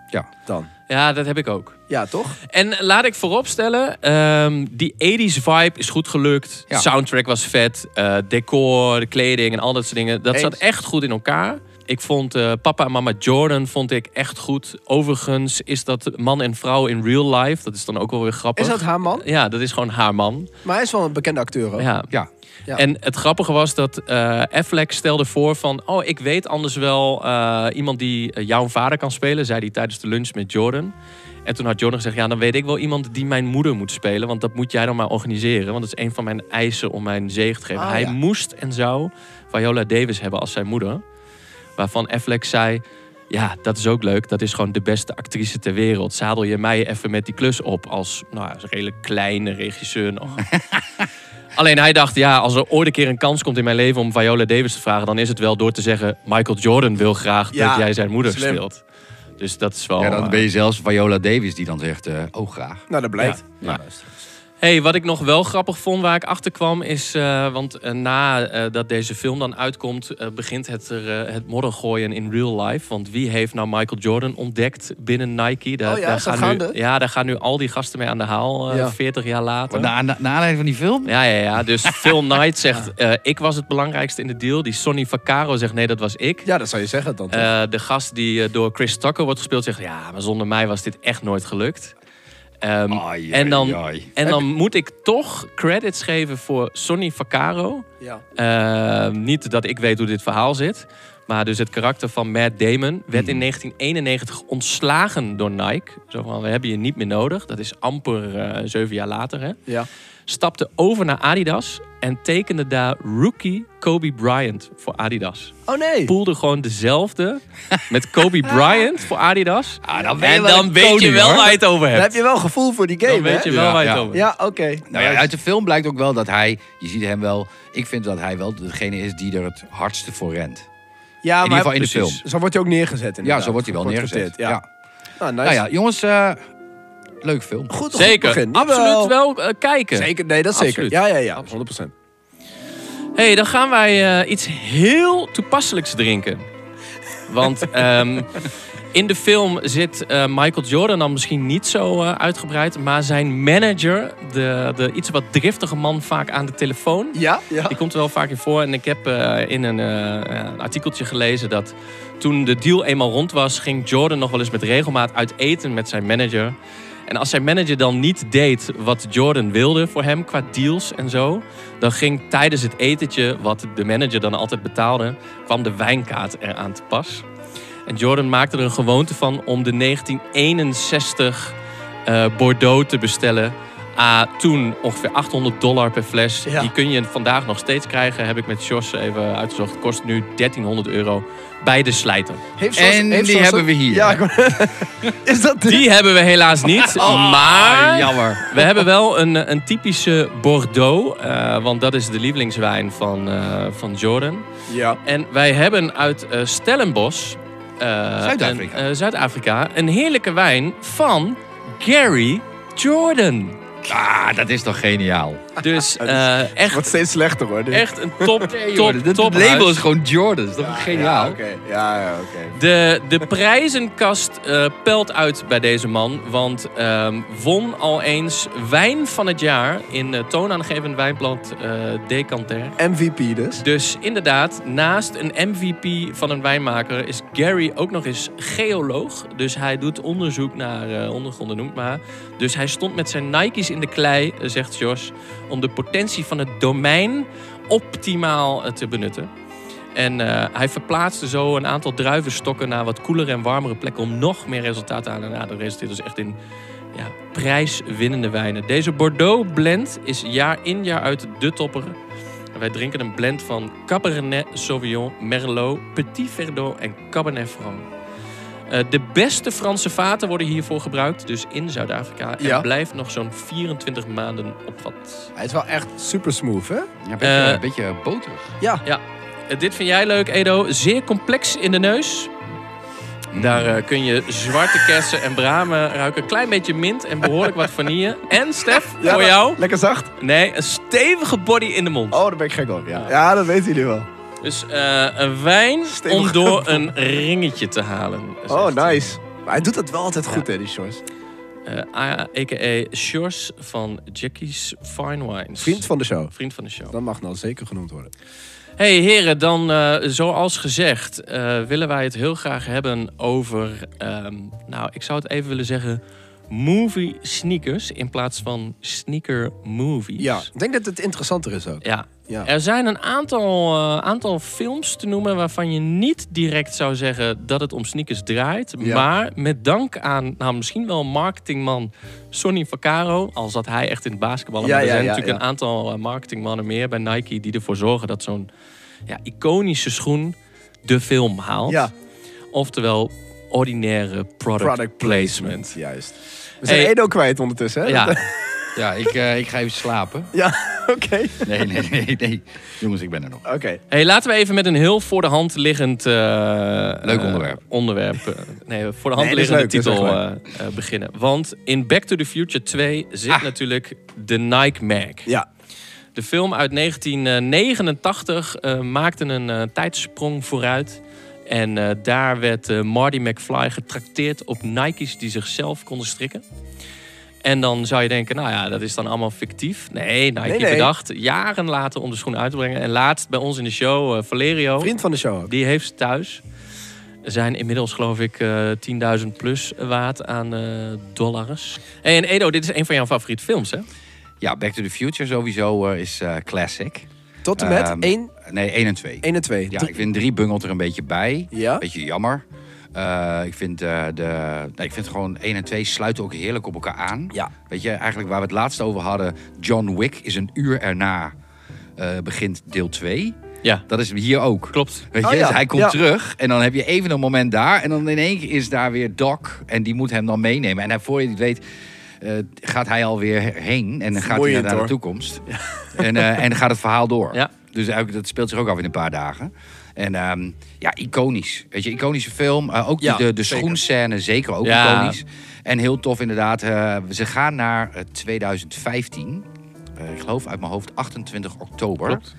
[SPEAKER 6] Ja.
[SPEAKER 4] Dan.
[SPEAKER 3] Ja, dat heb ik ook.
[SPEAKER 4] Ja, toch?
[SPEAKER 3] En laat ik vooropstellen, ehm die 80s vibe is goed gelukt.
[SPEAKER 6] Ja.
[SPEAKER 3] Soundtrack was vet. eh, decor, de kleding en al dat soort dingen. Dat
[SPEAKER 6] Eens.
[SPEAKER 3] zat echt goed in elkaar. Ik vond eh, Papa en Mama Jordan vond ik echt goed. Overigens is dat man en vrouw in real life. Dat is dan ook wel weer grappig.
[SPEAKER 4] Is dat haar man?
[SPEAKER 3] Ja, dat is gewoon haar man.
[SPEAKER 4] Maar hij is wel een bekende acteur. hoor.
[SPEAKER 3] Ja.
[SPEAKER 6] Ja.
[SPEAKER 4] Ja.
[SPEAKER 3] En het grappige was dat eh Affleck stelde voor van... oh, ik weet anders wel eh, iemand die eh, jouw vader kan spelen... zei hij tijdens de lunch met Jordan. En toen had Jordan gezegd... ja, dan weet ik wel iemand die mijn moeder moet spelen... want dat moet jij dan maar organiseren. Want dat is een van mijn eisen om mijn zegen te geven.
[SPEAKER 6] Oh,
[SPEAKER 4] Ah,
[SPEAKER 3] hij
[SPEAKER 4] ja.
[SPEAKER 3] moest en zou Viola Davis hebben als zijn moeder. Waarvan Affleck zei... Ja, dat is ook leuk. Dat is gewoon de beste actrice ter wereld. Zadel je mij even met die klus op als nou, ja, als een redelijk kleine regisseur nog. Alleen hij dacht, ja, als er ooit een keer een kans komt in mijn leven om Viola Davis te vragen, dan is het wel door te zeggen: Michael Jordan wil graag
[SPEAKER 4] Ja,
[SPEAKER 3] dat jij zijn moeder
[SPEAKER 4] slim.
[SPEAKER 3] speelt. Dus dat is wel.
[SPEAKER 6] ja, dan
[SPEAKER 3] eh,
[SPEAKER 6] ben je zelfs Viola Davis die dan zegt, eh, oh graag.
[SPEAKER 4] Nou, dat blijkt.
[SPEAKER 3] nou. Hey, wat ik nog wel grappig vond waar ik achter kwam is, eh, want eh, na eh, dat deze film dan uitkomt, eh, begint het, er, eh, het moddergooien in real life. Want wie heeft nou Michael Jordan ontdekt binnen Nike? Daar,
[SPEAKER 4] Oh ja, is dat
[SPEAKER 3] gaan nu,
[SPEAKER 4] gaande?
[SPEAKER 3] ja, daar gaan nu al die gasten mee aan de haal, eh,
[SPEAKER 4] Ja.
[SPEAKER 3] 40 jaar later.
[SPEAKER 6] Want Na, na, na aanleiding van die film?
[SPEAKER 3] Ja, ja, ja. Dus Phil Knight zegt, eh, ik was het belangrijkste in de deal. Die Sonny Vaccaro zegt, nee, dat was ik.
[SPEAKER 4] Ja, dat zou je zeggen dan. toch?
[SPEAKER 3] Eh, de gast die eh, door Chris Tucker wordt gespeeld zegt, ja, maar zonder mij was dit echt nooit gelukt. Ehm,
[SPEAKER 6] Ai,
[SPEAKER 3] en dan,
[SPEAKER 6] ai, ai.
[SPEAKER 3] En dan moet ik toch credits geven voor Sonny Vaccaro.
[SPEAKER 4] ja.
[SPEAKER 3] Eh, niet dat ik weet hoe dit verhaal zit. Maar dus het karakter van Matt Damon werd
[SPEAKER 6] Hmm.
[SPEAKER 3] in 1991 ontslagen door Nike. Zo van, we hebben je niet meer nodig. Dat is amper eh, zeven jaar later, hè
[SPEAKER 4] ja.
[SPEAKER 3] stapte over naar Adidas en tekende daar rookie Kobe Bryant voor Adidas.
[SPEAKER 4] Oh nee.
[SPEAKER 3] Poelde gewoon dezelfde met Kobe Bryant voor Adidas.
[SPEAKER 6] Ah, dan ben je
[SPEAKER 3] en
[SPEAKER 6] wel
[SPEAKER 3] dan
[SPEAKER 6] een
[SPEAKER 3] weet je
[SPEAKER 6] koning,
[SPEAKER 3] wel
[SPEAKER 6] hoor.
[SPEAKER 3] waar je het over
[SPEAKER 4] Dan heb
[SPEAKER 3] hebt.
[SPEAKER 4] je wel gevoel voor die game,
[SPEAKER 3] Dan weet
[SPEAKER 4] hè?
[SPEAKER 3] je wel
[SPEAKER 6] Ja,
[SPEAKER 3] waar je het
[SPEAKER 6] ja.
[SPEAKER 3] over hebt.
[SPEAKER 4] Ja, oké.
[SPEAKER 6] Nou ja, uit de film blijkt ook wel dat hij, je ziet hem wel, ik vind dat hij wel degene is die er het hardste voor rent.
[SPEAKER 4] Ja,
[SPEAKER 6] in ieder geval in de
[SPEAKER 3] precies.
[SPEAKER 6] film.
[SPEAKER 4] Zo wordt hij ook neergezet inderdaad.
[SPEAKER 6] Ja, zo wordt hij wel neergezet.
[SPEAKER 4] Geportretteerd,
[SPEAKER 6] Ja.
[SPEAKER 4] Ja. Nou, nice.
[SPEAKER 6] Nou ja, jongens, eh leuk film.
[SPEAKER 4] Goed, goed
[SPEAKER 3] Zeker,
[SPEAKER 4] begin.
[SPEAKER 3] absoluut
[SPEAKER 4] Jawel.
[SPEAKER 3] wel eh, kijken.
[SPEAKER 4] Zeker, nee, dat zeker.
[SPEAKER 3] Absoluut.
[SPEAKER 4] Ja, ja, ja. 100%.
[SPEAKER 3] hey, dan gaan wij eh, iets heel toepasselijks drinken. Want ehm, in de film zit eh, Michael Jordan dan misschien niet zo eh, uitgebreid... maar zijn manager, de, de iets wat driftige man vaak aan de telefoon...
[SPEAKER 4] Ja, ja.
[SPEAKER 3] Die komt er wel vaak in voor. En ik heb eh, in een, eh, een artikeltje gelezen dat toen de deal eenmaal rond was, ging Jordan nog wel eens met regelmaat uit eten met zijn manager. En als zijn manager dan niet deed wat Jordan wilde voor hem qua deals en zo, dan ging tijdens het etentje, wat de manager dan altijd betaalde, kwam de wijnkaart eraan te pas. En Jordan maakte er een gewoonte van om de 1961 eh, Bordeaux te bestellen. Ah, toen ongeveer 800 dollar per fles.
[SPEAKER 4] Ja.
[SPEAKER 3] Die kun je vandaag nog steeds krijgen. Heb ik met Jos even uitgezocht. Kost nu 1300 euro bij de slijter.
[SPEAKER 4] Heeft
[SPEAKER 6] En die
[SPEAKER 4] Sas
[SPEAKER 6] hebben
[SPEAKER 4] ook-
[SPEAKER 6] we hier.
[SPEAKER 4] Ja, ik wou- is dat dit?
[SPEAKER 3] Die hebben we helaas niet.
[SPEAKER 6] Ah,
[SPEAKER 3] maar
[SPEAKER 6] jammer.
[SPEAKER 3] we hebben wel een, een typische Bordeaux. eh, want dat is de lievelingswijn van, eh, van Jordan.
[SPEAKER 4] Ja.
[SPEAKER 3] En wij hebben uit eh, Stellenbosch, eh,
[SPEAKER 6] Zuid-Afrika.
[SPEAKER 3] een, eh, Zuid-Afrika, een heerlijke wijn van Gary Jordan.
[SPEAKER 6] Ah, dat is toch geniaal.
[SPEAKER 3] Dus eh,
[SPEAKER 4] Wordt
[SPEAKER 3] echt,
[SPEAKER 4] steeds slechter hoor. dit.
[SPEAKER 3] echt een top, top,
[SPEAKER 6] Het
[SPEAKER 3] top
[SPEAKER 6] label
[SPEAKER 3] huis.
[SPEAKER 6] is gewoon Jordan. Dat is toch geniaal?
[SPEAKER 4] Ja, oké. Ja, ja, oké.
[SPEAKER 3] De, de prijzenkast eh, pelt uit bij deze man. Want ehm, won al eens wijn van het jaar in eh, toonaangevend wijnblad eh Decanter.
[SPEAKER 4] MVP dus.
[SPEAKER 3] Dus inderdaad, naast een MVP van een wijnmaker is Gary ook nog eens geoloog. Dus hij doet onderzoek naar eh, ondergronden, noem het maar. Dus hij stond met zijn Nike's in de klei, eh, zegt Jos, om de potentie van het domein optimaal eh, te benutten. En eh, hij verplaatste zo een aantal druivenstokken naar wat koelere en warmere plekken om nog meer resultaten aan te halen. Nou, dat resulteert dus echt in ja, prijswinnende wijnen. Deze Bordeaux blend is jaar in jaar uit de topper. En wij drinken een blend van Cabernet Sauvignon, Merlot, Petit Verdot en Cabernet Franc. Eh, de beste Franse vaten worden hiervoor gebruikt, dus in Zuid-Afrika. En
[SPEAKER 4] Ja.
[SPEAKER 3] blijft nog zo'n 24 maanden op vat.
[SPEAKER 4] Hij is wel echt super smooth, hè?
[SPEAKER 6] Ja, een beetje,
[SPEAKER 3] Eh,
[SPEAKER 6] een beetje boter.
[SPEAKER 4] Ja.
[SPEAKER 3] Eh, dit vind jij leuk, Edo. Zeer complex in de neus. Daar eh, kun je zwarte kersen en bramen ruiken. Klein beetje mint en behoorlijk wat vanille. En Stef,
[SPEAKER 4] Ja,
[SPEAKER 3] voor
[SPEAKER 4] dat-
[SPEAKER 3] jou?
[SPEAKER 4] Lekker zacht.
[SPEAKER 3] Nee, een stevige body in de mond.
[SPEAKER 4] Oh, daar ben ik gek op, ja. Ja, dat weten jullie wel.
[SPEAKER 3] Dus eh, een wijn
[SPEAKER 4] Stevige
[SPEAKER 3] om door een ringetje te halen. is
[SPEAKER 4] Oh,
[SPEAKER 3] echt,
[SPEAKER 4] nice. Maar hij doet dat wel altijd goed, hè, die shorts.
[SPEAKER 3] eh, eh, A- A.k.a. Shores van Jackie's Fine Wines.
[SPEAKER 4] Vriend van de show.
[SPEAKER 3] Vriend van de show.
[SPEAKER 4] Dat mag nou zeker genoemd worden.
[SPEAKER 3] Hey heren, dan eh, zoals gezegd eh, willen wij het heel graag hebben over, ehm, nou ik zou het even willen zeggen, movie sneakers in plaats van sneaker movies.
[SPEAKER 4] Ja, ik denk dat het interessanter is ook.
[SPEAKER 3] Ja.
[SPEAKER 4] Ja.
[SPEAKER 3] Er zijn een aantal, eh, aantal films te noemen waarvan je niet direct zou zeggen dat het om sneakers draait.
[SPEAKER 4] Ja.
[SPEAKER 3] Maar met dank aan nou, misschien wel marketingman Sonny Vaccaro, al zat hij echt in het basketballen.
[SPEAKER 4] Ja,
[SPEAKER 3] maar er
[SPEAKER 4] ja,
[SPEAKER 3] zijn
[SPEAKER 4] ja,
[SPEAKER 3] natuurlijk
[SPEAKER 4] ja.
[SPEAKER 3] een aantal eh, marketingmannen meer bij Nike die ervoor zorgen dat zo'n ja, iconische schoen de film haalt.
[SPEAKER 4] Ja,
[SPEAKER 3] Oftewel ordinaire product,
[SPEAKER 4] product placement.
[SPEAKER 3] placement.
[SPEAKER 4] Juist. We zijn
[SPEAKER 3] Hey.
[SPEAKER 4] Edo kwijt ondertussen, hè?
[SPEAKER 3] Ja,
[SPEAKER 6] Ja, ik, eh, ik ga even slapen.
[SPEAKER 4] Ja, oké.
[SPEAKER 6] Nee, nee, nee, nee. Jongens, ik ben er nog.
[SPEAKER 4] Oké.
[SPEAKER 3] Hey, laten we even met een heel voor de hand liggend... eh, eh,
[SPEAKER 6] onderwerp.
[SPEAKER 3] onderwerp eh, nee, voor de hand
[SPEAKER 4] Nee, dit is
[SPEAKER 3] liggende
[SPEAKER 4] leuk, dit is
[SPEAKER 3] titel
[SPEAKER 4] echt
[SPEAKER 3] eh, eh, beginnen. Want in Back to the Future 2 zit
[SPEAKER 6] Ah.
[SPEAKER 3] natuurlijk de Nike Mag.
[SPEAKER 4] Ja.
[SPEAKER 3] De film uit 1989 eh, maakte een eh, tijdsprong vooruit. En eh, daar werd eh, Marty McFly getrakteerd op Nike's die zichzelf konden strikken. En dan zou je denken, nou ja, dat is dan allemaal fictief. Nee, Nike
[SPEAKER 4] Nee, nee.
[SPEAKER 3] bedacht jaren later om de schoen uit te brengen. En laatst bij ons in de show, eh, Valerio,
[SPEAKER 4] Vriend van de show ook.
[SPEAKER 3] die heeft ze thuis. Er zijn inmiddels, geloof ik, eh, 10.000 plus waard aan eh, dollars. Hey, en Edo, dit is een van jouw favoriete films, hè?
[SPEAKER 6] Ja, Back to the Future sowieso eh, is eh, classic.
[SPEAKER 4] Tot en met
[SPEAKER 6] Ehm,
[SPEAKER 4] 1
[SPEAKER 6] Nee, 1 en 2.
[SPEAKER 4] en 2.
[SPEAKER 6] Ja, ik vind 3 bungelt er een beetje bij.
[SPEAKER 4] Ja?
[SPEAKER 6] Beetje jammer. Eh, ik, vind, eh, de, nee, ik vind gewoon 1 en 2 sluiten ook heerlijk op elkaar aan.
[SPEAKER 4] Ja.
[SPEAKER 6] Weet je, eigenlijk waar we het laatst over hadden... John Wick is een uur erna eh, begint deel 2.
[SPEAKER 3] Ja,
[SPEAKER 6] Dat is hier ook.
[SPEAKER 3] klopt.
[SPEAKER 6] Weet je,
[SPEAKER 4] Oh ja,
[SPEAKER 6] dus hij komt
[SPEAKER 4] ja.
[SPEAKER 6] terug en dan heb je even een moment daar. En dan in één keer is daar weer Doc en die moet hem dan meenemen. En hij, voor je het weet eh, gaat hij alweer heen en dan gaat
[SPEAKER 4] Vermoeiend,
[SPEAKER 6] hij naar, naar de
[SPEAKER 4] hoor.
[SPEAKER 6] toekomst. En, eh, en gaat het verhaal door.
[SPEAKER 3] Ja.
[SPEAKER 6] Dus eigenlijk, dat speelt zich ook af in een paar dagen. En ehm, ja, iconisch. Weet je, iconische film. Eh, ook
[SPEAKER 3] Ja,
[SPEAKER 6] de, de
[SPEAKER 3] zeker.
[SPEAKER 6] schoenscène zeker ook
[SPEAKER 3] Ja.
[SPEAKER 6] iconisch. En heel tof inderdaad. eh, ze gaan naar eh, 2015. Eh, ik geloof uit mijn hoofd 28 oktober.
[SPEAKER 3] Klopt.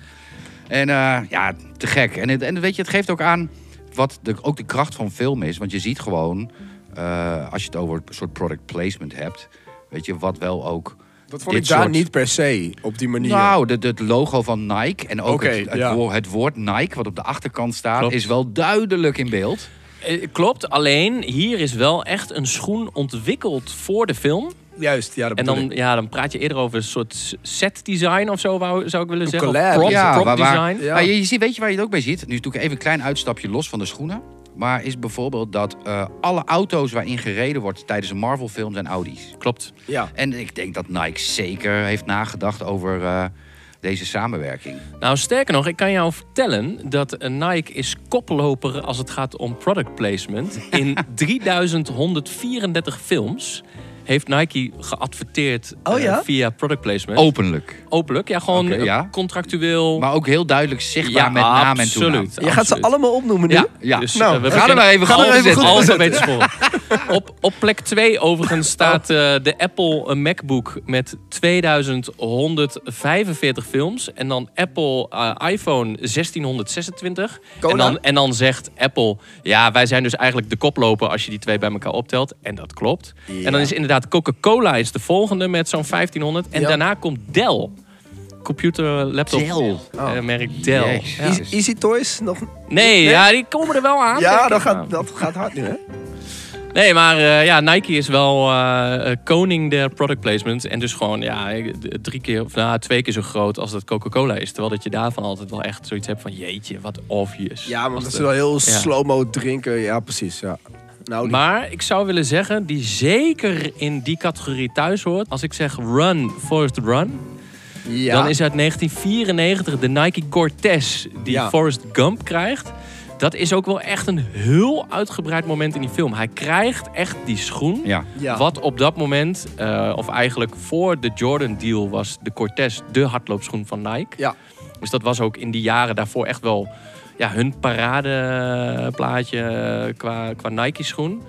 [SPEAKER 6] En eh, ja, te gek. En, het, en weet je, het geeft ook aan wat de, ook de kracht van film is. Want je ziet gewoon, eh, als je het over een soort product placement hebt... weet je, wat wel ook...
[SPEAKER 4] Dat vond
[SPEAKER 6] dit
[SPEAKER 4] ik daar
[SPEAKER 6] soort-
[SPEAKER 4] niet per se op die manier.
[SPEAKER 6] nou, het, het logo van Nike en ook
[SPEAKER 4] Oké,
[SPEAKER 6] het, het,
[SPEAKER 4] ja.
[SPEAKER 6] woor- het woord Nike, wat op de achterkant staat,
[SPEAKER 3] Klopt.
[SPEAKER 6] is wel duidelijk in beeld.
[SPEAKER 3] Eh, Klopt, alleen hier is wel echt een schoen ontwikkeld voor de film.
[SPEAKER 4] Juist, ja, dat
[SPEAKER 3] En
[SPEAKER 4] bedoel
[SPEAKER 3] dan,
[SPEAKER 4] ik.
[SPEAKER 3] ja, dan praat je eerder over een soort s- set design of zo, wou- zou ik willen zeggen. Of
[SPEAKER 4] collab,
[SPEAKER 3] prop,
[SPEAKER 6] ja,
[SPEAKER 3] prop
[SPEAKER 6] waar- waar-
[SPEAKER 3] design.
[SPEAKER 4] Ja.
[SPEAKER 6] Maar je, je ziet, weet je waar je het ook bij ziet? Nu doe ik even een klein uitstapje los van de schoenen. Maar is bijvoorbeeld dat eh, alle auto's waarin gereden wordt tijdens een Marvel-film zijn Audi's.
[SPEAKER 3] Klopt.
[SPEAKER 4] Ja.
[SPEAKER 6] En ik denk dat Nike zeker heeft nagedacht over eh, deze samenwerking.
[SPEAKER 3] Nou, sterker nog, ik kan jou vertellen dat eh, Nike is koploper als het gaat om product placement. In 3134 films heeft Nike geadverteerd eh,
[SPEAKER 4] Oh ja?
[SPEAKER 3] via product placement.
[SPEAKER 6] Openlijk.
[SPEAKER 3] Openlijk, ja, gewoon
[SPEAKER 6] Oké,
[SPEAKER 3] eh,
[SPEAKER 6] ja.
[SPEAKER 3] contractueel.
[SPEAKER 6] Maar ook heel duidelijk zichtbaar
[SPEAKER 3] Ja,
[SPEAKER 6] met naam en
[SPEAKER 3] absoluut.
[SPEAKER 6] toenaam.
[SPEAKER 4] Je gaat ze
[SPEAKER 3] Absoluut.
[SPEAKER 4] allemaal opnoemen nu?
[SPEAKER 3] Ja,
[SPEAKER 6] Ja.
[SPEAKER 3] Dus,
[SPEAKER 4] Nou,
[SPEAKER 3] eh, we
[SPEAKER 4] ga er
[SPEAKER 3] beginnen
[SPEAKER 6] nou even- ga er even goed
[SPEAKER 3] alfabetisch voor. op, op plek 2 overigens staat eh, de Apple MacBook met 2145 films. En dan Apple eh, iPhone 1626.
[SPEAKER 4] Cola?
[SPEAKER 3] En dan, en dan zegt Apple, ja wij zijn dus eigenlijk de koploper als je die twee bij elkaar optelt. En dat klopt. En dan is inderdaad Coca-Cola is de volgende met zo'n 1500. En
[SPEAKER 4] Ja.
[SPEAKER 3] daarna komt Dell. Computer, laptop,
[SPEAKER 6] Dell.
[SPEAKER 3] eh, merk Dell.
[SPEAKER 6] Jezus.
[SPEAKER 3] Ja.
[SPEAKER 4] Easy, Easy Toys nog?
[SPEAKER 3] Nee, ja, die komen er wel aan. denk
[SPEAKER 4] Ja,
[SPEAKER 3] ik.
[SPEAKER 4] dat gaat,
[SPEAKER 3] Nou.
[SPEAKER 4] dat gaat hard nu, hè?
[SPEAKER 3] Nee, maar eh, ja, Nike is wel eh, eh, koning der product placement. En dus gewoon ja, eh, d- drie keer of nou, twee keer zo groot als dat Coca-Cola is. Terwijl dat je daarvan altijd wel echt zoiets hebt van jeetje, wat obvious.
[SPEAKER 4] Ja, maar
[SPEAKER 3] Als
[SPEAKER 4] dat
[SPEAKER 3] de-
[SPEAKER 4] ze wel heel
[SPEAKER 3] ja.
[SPEAKER 4] slow-mo drinken. Ja, precies. Ja. Nou, die-
[SPEAKER 3] Maar ik zou willen zeggen, die zeker in die categorie thuis hoort. Als ik zeg Run, Forest Run,
[SPEAKER 4] ja.
[SPEAKER 3] dan is uit 1994 de Nike Cortez die
[SPEAKER 4] Ja.
[SPEAKER 3] Forrest Gump krijgt. Dat is ook wel echt een heel uitgebreid moment in die film. Hij krijgt echt die schoen.
[SPEAKER 6] Ja.
[SPEAKER 4] Ja.
[SPEAKER 3] Wat op dat moment, eh, of eigenlijk voor de Jordan deal, was de Cortez de hardloopschoen van Nike.
[SPEAKER 4] Ja.
[SPEAKER 3] Dus dat was ook in die jaren daarvoor echt wel ja, hun paradeplaatje eh, qua, qua Nike-schoen.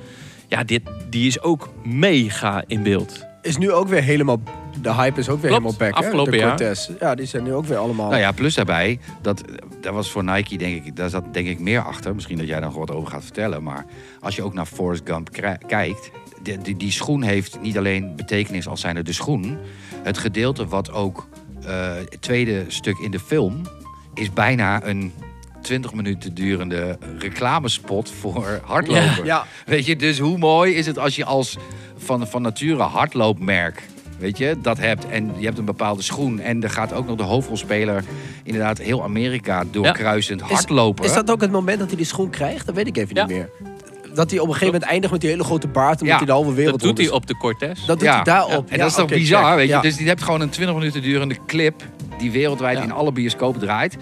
[SPEAKER 3] Ja, dit, die is ook mega in beeld.
[SPEAKER 4] Is nu ook weer helemaal... De hype is ook weer
[SPEAKER 3] Klopt,
[SPEAKER 4] helemaal back, hè?
[SPEAKER 3] afgelopen
[SPEAKER 4] de
[SPEAKER 3] jaar.
[SPEAKER 4] Cortez. Ja, die zijn nu ook weer allemaal...
[SPEAKER 6] Nou ja, plus daarbij, dat, dat was voor Nike denk ik, daar zat denk ik meer achter. Misschien dat jij daar nog wat over gaat vertellen. Maar als je ook naar Forrest Gump krij- kijkt, die, die, die schoen heeft niet alleen betekenis als zijnde de schoen. Het gedeelte wat ook eh, het tweede stuk in de film is bijna een 20 minuten durende reclamespot voor hardlopen.
[SPEAKER 3] Ja.
[SPEAKER 4] Ja.
[SPEAKER 6] Weet je, dus hoe mooi is het als je als van, van nature hardloopmerk, weet je, dat hebt. En je hebt een bepaalde schoen. En er gaat ook nog de hoofdrolspeler inderdaad heel Amerika doorkruisend
[SPEAKER 4] Is-
[SPEAKER 6] hardlopen.
[SPEAKER 4] Is, dat ook het moment dat hij die schoen krijgt? Dat weet ik even
[SPEAKER 3] Ja.
[SPEAKER 4] niet meer. Dat hij op een gegeven moment eindigt met die hele grote baard... omdat
[SPEAKER 6] Ja,
[SPEAKER 4] hij de halve wereld
[SPEAKER 3] Dat doet hij
[SPEAKER 4] rond
[SPEAKER 3] op de Cortez.
[SPEAKER 4] is. Dat doet hij daarop.
[SPEAKER 6] En
[SPEAKER 4] Ja,
[SPEAKER 6] dat is toch
[SPEAKER 4] oké,
[SPEAKER 6] bizar,
[SPEAKER 4] check.
[SPEAKER 6] weet je.
[SPEAKER 4] Ja.
[SPEAKER 6] Dus je hebt gewoon een 20 minuten durende clip die wereldwijd in alle bioscopen draait.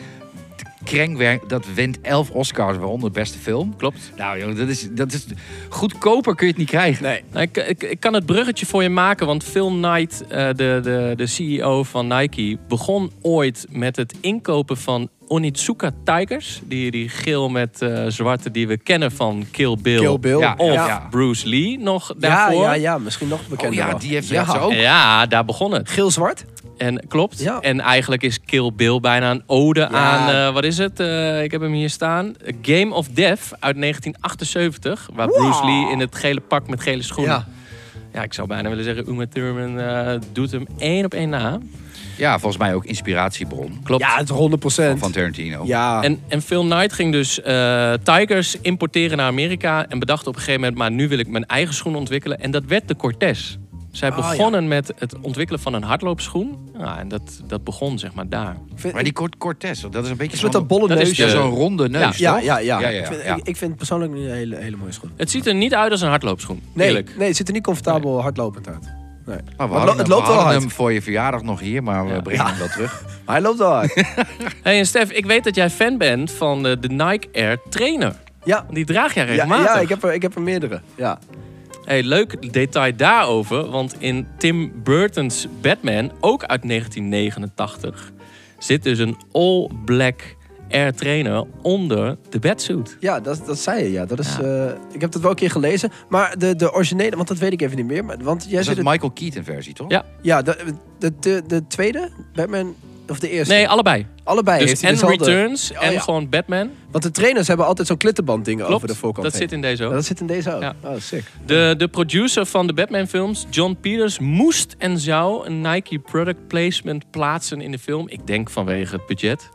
[SPEAKER 6] De Krengwerk, dat wint 11 Oscars, waaronder beste film.
[SPEAKER 3] Klopt.
[SPEAKER 6] Nou jongen, dat is, dat is goedkoper kun je het niet krijgen.
[SPEAKER 4] Nee.
[SPEAKER 3] Nou, ik, ik, ik kan het bruggetje voor je maken, want Phil Knight, eh, de, de, de CEO van Nike, begon ooit met het inkopen van Onitsuka Tigers. Die, die geel met eh, zwarte die we kennen van Kill Bill,
[SPEAKER 4] Kill Bill.
[SPEAKER 6] Ja,
[SPEAKER 3] of
[SPEAKER 6] ja.
[SPEAKER 3] Bruce Lee nog
[SPEAKER 4] Ja,
[SPEAKER 3] daarvoor.
[SPEAKER 4] ja, ja, misschien nog bekender.
[SPEAKER 6] Oh ja,
[SPEAKER 4] wel.
[SPEAKER 6] die heeft
[SPEAKER 4] Ja.
[SPEAKER 6] dat ze ook.
[SPEAKER 3] Ja, daar begon het.
[SPEAKER 4] Geel-zwart?
[SPEAKER 3] En klopt.
[SPEAKER 4] Ja.
[SPEAKER 3] En eigenlijk is Kill Bill bijna een ode aan, eh, wat is het? Eh, ik heb hem hier staan. A Game of Death uit 1978. Waar Bruce Lee in het gele pak met gele schoenen. Ja,
[SPEAKER 4] Ja.
[SPEAKER 3] ik zou bijna willen zeggen, Uma Thurman eh, doet hem één op één na.
[SPEAKER 6] Ja, volgens mij ook inspiratiebron
[SPEAKER 3] Klopt.
[SPEAKER 4] Ja, het is 100
[SPEAKER 6] van Tarantino.
[SPEAKER 4] Ja.
[SPEAKER 3] En, en Phil Knight ging dus eh, Tigers importeren naar Amerika. En bedacht op een gegeven moment, maar nu wil ik mijn eigen schoen ontwikkelen. En dat werd de Cortez. Zij
[SPEAKER 4] Ah, ja.
[SPEAKER 3] begonnen met het ontwikkelen van een hardloopschoen. Ja, en dat, dat begon zeg maar daar.
[SPEAKER 4] Vind-
[SPEAKER 6] Maar die Cort Cortez, dat is een beetje
[SPEAKER 4] is
[SPEAKER 6] zo'n...
[SPEAKER 4] met dat bolle
[SPEAKER 3] dat is
[SPEAKER 4] neusje.
[SPEAKER 6] Ja, zo'n ronde neus,
[SPEAKER 4] Ja,
[SPEAKER 6] toch?
[SPEAKER 4] ja, ja.
[SPEAKER 6] ja, ja,
[SPEAKER 4] Ik, vind,
[SPEAKER 6] ja.
[SPEAKER 4] ik, ik vind het persoonlijk niet een hele, hele mooie schoen.
[SPEAKER 3] Het ziet er niet uit als een hardloopschoen.
[SPEAKER 4] Nee,
[SPEAKER 3] eerlijk.
[SPEAKER 4] nee het ziet er niet comfortabel hardlopend uit. Nee.
[SPEAKER 6] Maar we
[SPEAKER 4] Maar
[SPEAKER 6] hadden,
[SPEAKER 4] het
[SPEAKER 6] hem,
[SPEAKER 4] loopt
[SPEAKER 6] we
[SPEAKER 4] wel
[SPEAKER 6] hadden
[SPEAKER 4] hard.
[SPEAKER 6] hem voor je verjaardag nog hier, maar we
[SPEAKER 3] Ja.
[SPEAKER 6] brengen hem wel terug.
[SPEAKER 4] Maar hij loopt wel hard.
[SPEAKER 3] Hey, en Stef, ik weet dat jij fan bent van eh, de Nike Air Trainer.
[SPEAKER 4] ja.
[SPEAKER 3] Die draag jij
[SPEAKER 4] Ja,
[SPEAKER 3] regelmatig.
[SPEAKER 4] ja ik, heb er, ik heb er meerdere. Ja.
[SPEAKER 3] hey, leuk detail daarover, want in Tim Burton's Batman, ook uit 1989, zit dus een all-black Air Trainer onder de bedsuit.
[SPEAKER 4] Ja, dat, dat zei je. Ja. Dat is,
[SPEAKER 3] Ja.
[SPEAKER 4] eh, ik heb dat wel een keer gelezen. Maar de, de originele, want dat weet ik even niet meer. Maar, want jij
[SPEAKER 6] Is
[SPEAKER 4] zit
[SPEAKER 6] dat
[SPEAKER 4] het,
[SPEAKER 6] Michael Keaton versie, toch?
[SPEAKER 3] Ja.
[SPEAKER 4] ja, de, de, de, de tweede, Batman, of de eerste.
[SPEAKER 3] Nee, allebei.
[SPEAKER 4] Allebei
[SPEAKER 3] Dus
[SPEAKER 4] heeft hij
[SPEAKER 3] en
[SPEAKER 4] dezelfde-
[SPEAKER 3] Returns
[SPEAKER 4] Oh,
[SPEAKER 3] en
[SPEAKER 4] ja.
[SPEAKER 3] gewoon Batman.
[SPEAKER 4] Want de trainers hebben altijd zo'n klittenband dingen over de
[SPEAKER 3] Klopt,
[SPEAKER 4] voorkant
[SPEAKER 3] dat
[SPEAKER 4] heen.
[SPEAKER 3] zit in deze ook.
[SPEAKER 4] Ja, dat zit in deze ook.
[SPEAKER 3] Ja.
[SPEAKER 4] Oh, sick.
[SPEAKER 3] De, de producer van de Batman-films, John Peters, moest en zou een Nike product placement plaatsen in de film. Ik denk vanwege het budget.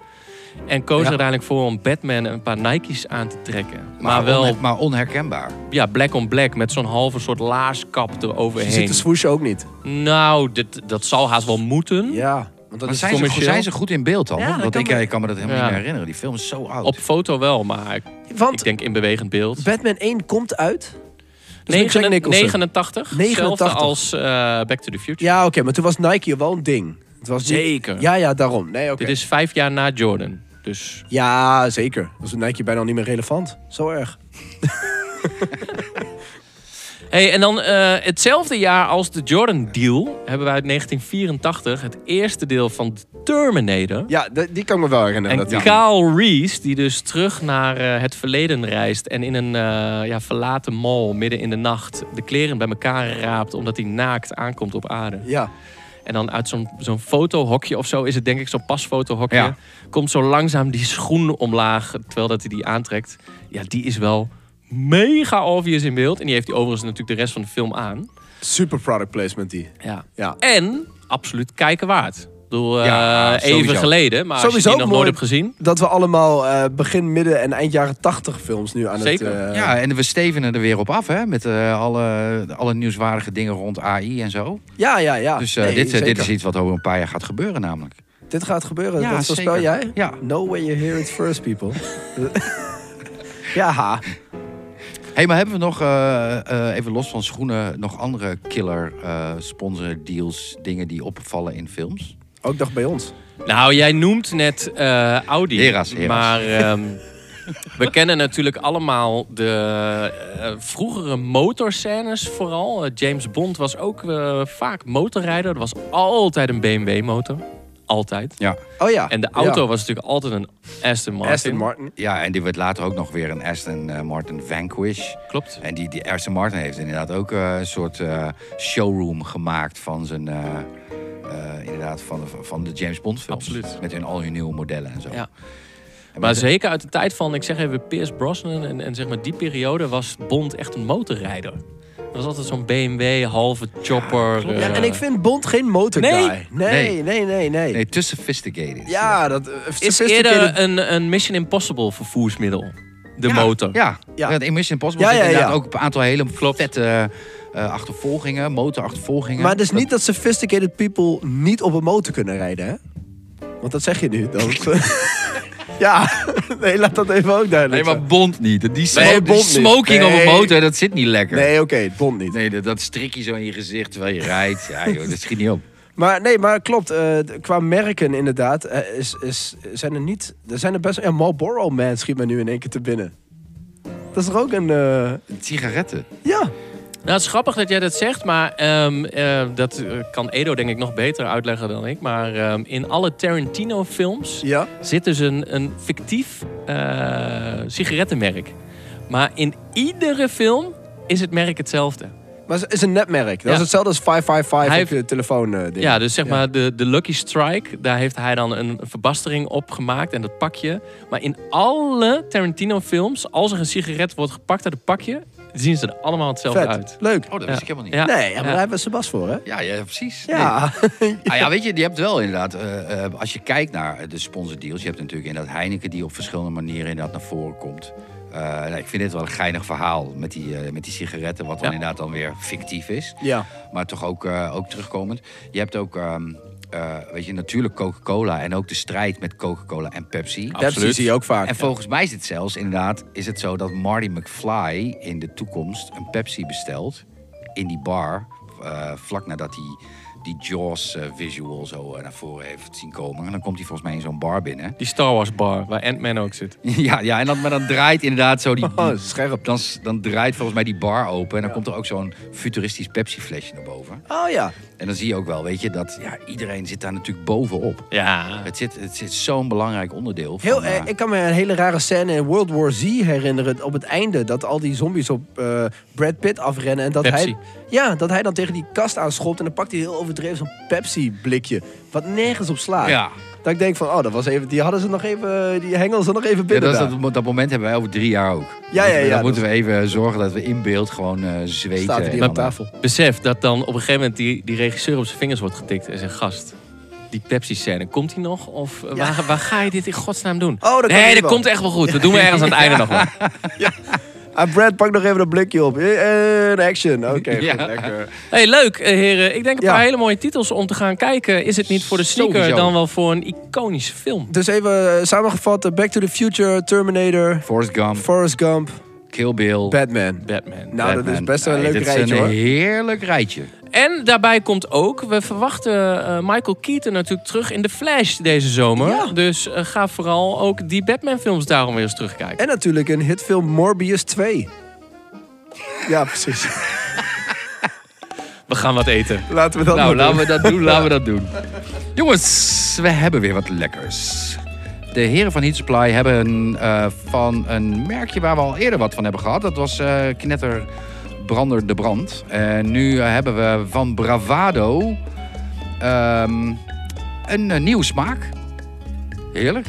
[SPEAKER 3] En koos er uiteindelijk voor om Batman een paar Nike's aan te trekken. Maar,
[SPEAKER 6] Maar, wel...
[SPEAKER 3] wel
[SPEAKER 6] maar onherkenbaar.
[SPEAKER 3] ja, black on black met zo'n halve soort laarskap
[SPEAKER 4] Je ziet
[SPEAKER 3] eroverheen.
[SPEAKER 4] de swoosh ook niet.
[SPEAKER 3] Nou, dit, dat zal haast wel moeten.
[SPEAKER 4] Ja, want dat
[SPEAKER 6] Maar
[SPEAKER 4] is
[SPEAKER 6] zijn ze,
[SPEAKER 3] commercieel.
[SPEAKER 6] zijn ze goed in beeld dan?
[SPEAKER 3] Ja, dat
[SPEAKER 6] Want
[SPEAKER 3] kan
[SPEAKER 6] ik,
[SPEAKER 3] wel.
[SPEAKER 6] ik kan me dat helemaal
[SPEAKER 3] Ja.
[SPEAKER 6] niet meer herinneren. Die film is zo oud.
[SPEAKER 3] Op foto wel, maar ik,
[SPEAKER 4] Want
[SPEAKER 3] ik denk in bewegend beeld.
[SPEAKER 4] Batman 1 komt uit. met Jack
[SPEAKER 3] 89, 89,
[SPEAKER 4] Nicholson.
[SPEAKER 3] hetzelfde
[SPEAKER 4] 89.
[SPEAKER 3] als eh, Back to the Future.
[SPEAKER 4] Ja, oké, maar toen was Nike wel een ding. Het was niet-
[SPEAKER 3] Zeker.
[SPEAKER 4] Ja, ja, daarom. Nee, oké.
[SPEAKER 3] Dit is vijf jaar na Jordan. Dus
[SPEAKER 4] Ja, zeker. Was Nike bijna al niet meer relevant. Zo erg.
[SPEAKER 3] Hey, en dan eh, hetzelfde jaar als de Jordan Deal hebben we uit 1984 het eerste deel van de Terminator.
[SPEAKER 4] Ja, d- die kan ik me wel herinneren.
[SPEAKER 3] en
[SPEAKER 4] dat die-
[SPEAKER 3] Kyle Reese, die dus terug naar eh, het verleden reist en in een eh, ja, verlaten mall midden in de nacht de kleren bij elkaar raapt omdat hij naakt aankomt op aarde.
[SPEAKER 4] Ja.
[SPEAKER 3] En dan uit zo'n zo'n fotohokje of zo is het denk ik zo'n pasfotohokje,
[SPEAKER 6] Ja.
[SPEAKER 3] komt zo langzaam die schoen omlaag terwijl dat hij die aantrekt. Ja, die is wel mega obvious in beeld en die heeft hij overigens natuurlijk de rest van de film aan.
[SPEAKER 4] Super product placement die.
[SPEAKER 3] Ja.
[SPEAKER 4] Ja.
[SPEAKER 3] En absoluut kijken waard. Ik bedoel, eh,
[SPEAKER 6] Ja, sowieso.
[SPEAKER 3] even geleden, maar Ah, als je
[SPEAKER 4] Sowieso
[SPEAKER 3] die nog nooit
[SPEAKER 4] mooi.
[SPEAKER 3] hebt gezien.
[SPEAKER 4] Dat we allemaal eh, begin, midden en eind jaren 80 films nu aan
[SPEAKER 3] Zeker.
[SPEAKER 4] het... eh,
[SPEAKER 6] Ja, en we stevenen er weer op af, hè? Met eh, alle, alle nieuwswaardige dingen rond AI en zo.
[SPEAKER 4] ja, ja, ja.
[SPEAKER 6] dus eh,
[SPEAKER 4] Ah, Nee,
[SPEAKER 6] dit, eh, dit
[SPEAKER 4] zeker.
[SPEAKER 6] is iets wat over een paar jaar gaat gebeuren namelijk.
[SPEAKER 4] Dit gaat gebeuren.
[SPEAKER 6] Ja,
[SPEAKER 4] dat voorspel
[SPEAKER 6] zeker.
[SPEAKER 4] jij?
[SPEAKER 6] Ja.
[SPEAKER 4] No way you hear it first, people. ja.
[SPEAKER 6] hey, maar hebben we nog, eh, eh, even los van schoenen, nog andere killer eh, sponsor deals, dingen die opvallen in films?
[SPEAKER 4] Ook dag bij ons.
[SPEAKER 3] Nou, jij noemt net eh, Audi.
[SPEAKER 6] Hera's, hera's.
[SPEAKER 3] Maar ehm, we kennen natuurlijk allemaal de eh, vroegere motorscènes vooral. Eh, James Bond was ook eh, vaak motorrijder. Er was altijd een BMW-motor. Altijd.
[SPEAKER 6] Ja.
[SPEAKER 4] Oh ja.
[SPEAKER 3] En de auto
[SPEAKER 4] Ja.
[SPEAKER 3] was natuurlijk altijd een Aston Martin.
[SPEAKER 4] Aston Martin.
[SPEAKER 6] Ja, en die werd later ook nog weer een Aston eh, Martin Vanquish.
[SPEAKER 3] Klopt.
[SPEAKER 6] En die, die Aston Martin heeft inderdaad ook eh, een soort eh, showroom gemaakt van zijn... eh, eh, inderdaad, van, van de James Bond films.
[SPEAKER 3] Absoluut.
[SPEAKER 6] Met hun al hun nieuwe modellen en zo.
[SPEAKER 3] Ja.
[SPEAKER 6] En
[SPEAKER 3] Maar
[SPEAKER 6] met-
[SPEAKER 3] zeker uit de tijd van, ik zeg even, Pierce Brosnan en, en zeg maar die periode was Bond echt een motorrijder. Dat was altijd zo'n BMW, halve chopper. eh,
[SPEAKER 4] Ja, en ik vind Bond geen motorguy.
[SPEAKER 3] Nee.
[SPEAKER 4] nee,
[SPEAKER 6] Nee.
[SPEAKER 4] nee, nee. nee.
[SPEAKER 6] Nee, te sophisticated.
[SPEAKER 4] Ja, dat... eh,
[SPEAKER 3] is
[SPEAKER 4] sophisticated-
[SPEAKER 3] eerder eh, een, een Mission Impossible vervoersmiddel. De
[SPEAKER 6] ja,
[SPEAKER 3] motor.
[SPEAKER 6] Ja,
[SPEAKER 4] Ja.
[SPEAKER 6] ja. in Mission Impossible
[SPEAKER 4] Ja,
[SPEAKER 6] zit
[SPEAKER 4] ja,
[SPEAKER 6] inderdaad
[SPEAKER 4] ja.
[SPEAKER 6] ook een aantal hele vette eh, achtervolgingen, motorachtervolgingen.
[SPEAKER 4] Maar het is niet dat sophisticated people niet op een motor kunnen rijden, hè? Want dat zeg je nu. Dan. ja, nee, laat dat even ook duidelijk
[SPEAKER 6] Nee, maar Bond niet. Die, smo-
[SPEAKER 4] Nee,
[SPEAKER 6] die
[SPEAKER 4] Bond niet.
[SPEAKER 6] smoking op
[SPEAKER 4] Nee.
[SPEAKER 6] een motor, dat zit niet lekker.
[SPEAKER 4] zijn. Nee, oké, het Bond niet.
[SPEAKER 6] Nee, dat, dat strik je zo in je gezicht terwijl je rijdt. Ja, joh, dat schiet niet op.
[SPEAKER 4] Maar nee, maar klopt. eh, d- qua merken inderdaad, eh, is, is, zijn er niet... Er zijn er best... Ja, Marlboro Man schiet mij nu in één keer te binnen. Dat is toch ook een... eh,
[SPEAKER 6] Sigaretten.
[SPEAKER 4] ja.
[SPEAKER 3] Nou, het is grappig dat jij dat zegt, maar ehm, eh, dat eh, kan Edo denk ik nog beter uitleggen dan ik. Maar ehm, in alle Tarantino-films
[SPEAKER 4] Ja.
[SPEAKER 3] zit dus een, een fictief eh, sigarettenmerk. Maar in iedere film is het merk hetzelfde.
[SPEAKER 4] Maar het is een netmerk. Dat
[SPEAKER 3] Ja.
[SPEAKER 4] is hetzelfde als 555
[SPEAKER 3] Hij
[SPEAKER 4] op je telefoon eh, ding.
[SPEAKER 3] Ja, dus zeg maar de, de Lucky Strike, daar heeft hij dan een verbastering op gemaakt en dat pakje. Maar in alle Tarantino-films, als er een sigaret wordt gepakt uit het pakje, zien ze er allemaal hetzelfde
[SPEAKER 4] Vet.
[SPEAKER 3] uit.
[SPEAKER 4] Leuk.
[SPEAKER 6] Oh, dat wist ik helemaal niet.
[SPEAKER 3] Ja.
[SPEAKER 4] nee, ja, maar
[SPEAKER 3] ja.
[SPEAKER 4] daar hebben we Sebas voor, hè?
[SPEAKER 6] Ja, ja, precies. Nee.
[SPEAKER 4] Ja.
[SPEAKER 6] Ah, ja, weet je, je hebt wel inderdaad, eh, eh, als je kijkt naar de sponsordeals, je hebt natuurlijk inderdaad Heineken die op verschillende manieren inderdaad naar voren komt. Eh, nou, ik vind dit wel een geinig verhaal met die, eh, met die sigaretten, wat dan
[SPEAKER 3] Ja.
[SPEAKER 6] inderdaad dan weer fictief is.
[SPEAKER 4] Ja.
[SPEAKER 6] Maar toch ook, eh, ook terugkomend. Je hebt ook, ehm, eh, weet je, natuurlijk Coca-Cola en ook de strijd met Coca-Cola en Pepsi.
[SPEAKER 4] Pepsi zie je ook vaak.
[SPEAKER 6] En volgens mij is het zelfs inderdaad, is het zo dat Marty McFly in de toekomst een Pepsi bestelt in die bar, eh, vlak nadat hij die Jaws eh, visual zo eh, naar voren heeft zien komen. En dan komt hij volgens mij in zo'n bar binnen.
[SPEAKER 3] Die Star Wars bar, waar Ant-Man ook zit.
[SPEAKER 4] Ah,
[SPEAKER 6] ja, ja, en dan, maar dan draait inderdaad zo die...
[SPEAKER 4] Oh, scherp.
[SPEAKER 6] Dan, s- dan draait volgens mij die bar open en dan komt er ook zo'n futuristisch Pepsi flesje naar boven.
[SPEAKER 4] Oh ja.
[SPEAKER 6] En dan zie je ook wel, weet je, dat ja, iedereen zit daar natuurlijk bovenop.
[SPEAKER 3] Ja.
[SPEAKER 6] Het zit, het zit zo'n belangrijk onderdeel van...
[SPEAKER 4] Heel, eh,
[SPEAKER 6] eh,
[SPEAKER 4] ik kan me een hele rare scène in World War Z herinneren. Op het einde dat al die zombies op eh, Brad Pitt afrennen. En dat
[SPEAKER 3] Pepsi.
[SPEAKER 4] hij, ja, dat hij dan tegen die kast aanschopt. En dan pakt hij heel overdreven zo'n Pepsi-blikje. Wat nergens op slaat.
[SPEAKER 6] Ja.
[SPEAKER 4] Dat ik denk van, oh, dat was even, die hadden ze nog even, die hengelden ze nog even
[SPEAKER 6] Ja,
[SPEAKER 4] binnen.
[SPEAKER 6] dat, is
[SPEAKER 4] daar.
[SPEAKER 6] dat, dat moment hebben wij over drie jaar ook.
[SPEAKER 4] Ja, ja, ja,
[SPEAKER 6] Dan
[SPEAKER 4] dat-
[SPEAKER 6] moeten we even zorgen dat we in beeld gewoon eh, zweten.
[SPEAKER 4] Staat het hier
[SPEAKER 6] en
[SPEAKER 4] op
[SPEAKER 6] dan-
[SPEAKER 4] tafel.
[SPEAKER 3] Besef dat dan op een gegeven moment die, die regisseur op zijn vingers wordt getikt en zegt, gast... Die Pepsi-scène, komt die nog? Of eh, waar, waar ga je dit in godsnaam doen?
[SPEAKER 4] Oh, dat kan
[SPEAKER 3] nee,
[SPEAKER 4] niet
[SPEAKER 3] dat
[SPEAKER 4] wel.
[SPEAKER 3] komt echt wel goed. Dat doen we ergens aan het einde nog wel.
[SPEAKER 4] Ah, Brad, pak nog even dat blikje op. Eh, eh, action. Oké,
[SPEAKER 6] Ja.
[SPEAKER 4] goed, lekker.
[SPEAKER 3] Hey, leuk, eh, heren. Ik denk een
[SPEAKER 4] Ja.
[SPEAKER 3] paar hele mooie titels om te gaan kijken. Is het niet voor de sneaker
[SPEAKER 6] Sowieso.
[SPEAKER 3] dan wel voor een iconische film?
[SPEAKER 4] Dus even eh, samengevat, eh, Back to the Future, Terminator,
[SPEAKER 6] Forrest Gump,
[SPEAKER 4] Forrest Gump,
[SPEAKER 6] Kill Bill.
[SPEAKER 4] Batman.
[SPEAKER 3] Batman.
[SPEAKER 4] Nou, dat is
[SPEAKER 6] Batman.
[SPEAKER 4] best wel een
[SPEAKER 6] Nee,
[SPEAKER 4] leuk
[SPEAKER 6] dit is
[SPEAKER 4] rijtje
[SPEAKER 6] een
[SPEAKER 4] hoor.
[SPEAKER 6] heerlijk rijtje.
[SPEAKER 3] En daarbij komt ook, we verwachten eh, Michael Keaton natuurlijk terug in The Flash deze zomer.
[SPEAKER 4] Ja.
[SPEAKER 3] Dus eh, ga vooral ook die Batman-films daarom weer eens terugkijken.
[SPEAKER 4] En natuurlijk een hitfilm Morbius 2. Ja, precies.
[SPEAKER 3] We gaan wat eten.
[SPEAKER 4] Laten we dat
[SPEAKER 6] Nou,
[SPEAKER 4] maar
[SPEAKER 6] laten
[SPEAKER 4] doen.
[SPEAKER 6] we dat doen, laten we dat doen. Jongens, we hebben weer wat lekkers. De heren van Heat Supply hebben eh, van een merkje waar we al eerder wat van hebben gehad. Dat was eh, Knetter Brander de Brand. En nu eh, hebben we van Bravado ehm, een eh, nieuwe smaak. Heerlijk.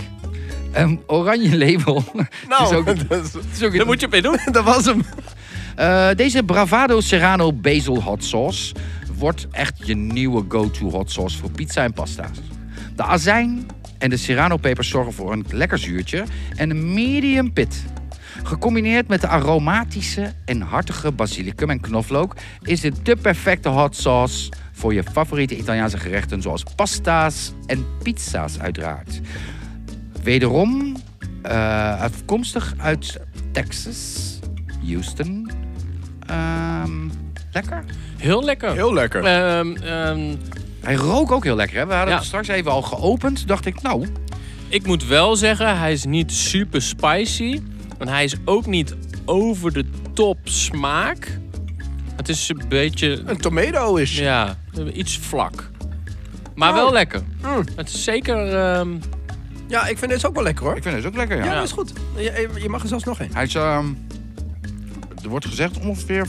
[SPEAKER 6] Een oranje label.
[SPEAKER 4] Nou,
[SPEAKER 6] is ook, het
[SPEAKER 4] dat, is-
[SPEAKER 6] is ook
[SPEAKER 3] Daar moet je mee doen.
[SPEAKER 4] dat was hem.
[SPEAKER 6] eh, deze Bravado Serrano Basil Hot Sauce wordt echt je nieuwe go-to hot sauce voor pizza en pasta's. De azijn en de Serrano pepers zorgen voor een lekker zuurtje en een medium pit. Gecombineerd met de aromatische en hartige basilicum en knoflook is dit de perfecte hot sauce voor je favoriete Italiaanse gerechten zoals pasta's en pizza's uiteraard wederom eh, afkomstig uit Texas. Houston. Ehm, lekker.
[SPEAKER 3] Heel lekker.
[SPEAKER 4] Heel lekker.
[SPEAKER 3] Ehm, ehm,
[SPEAKER 6] Hij rook ook heel lekker. Hè? We hadden
[SPEAKER 3] Ja.
[SPEAKER 6] hem straks even al geopend. Dacht ik, nou,
[SPEAKER 3] ik moet wel zeggen, hij is niet super spicy. Want hij is ook niet over de top smaak. Het is een beetje,
[SPEAKER 4] Een tomato is.
[SPEAKER 3] ja, iets vlak.
[SPEAKER 4] Oh.
[SPEAKER 3] Maar wel lekker. Het is zeker... ehm,
[SPEAKER 4] Ja, ik vind deze ook wel lekker hoor.
[SPEAKER 6] ik vind het ook lekker. Ja.
[SPEAKER 4] Ja, dat is goed. Je, eh, je mag er zelfs nog één.
[SPEAKER 6] Hij is, ehm, er wordt gezegd ongeveer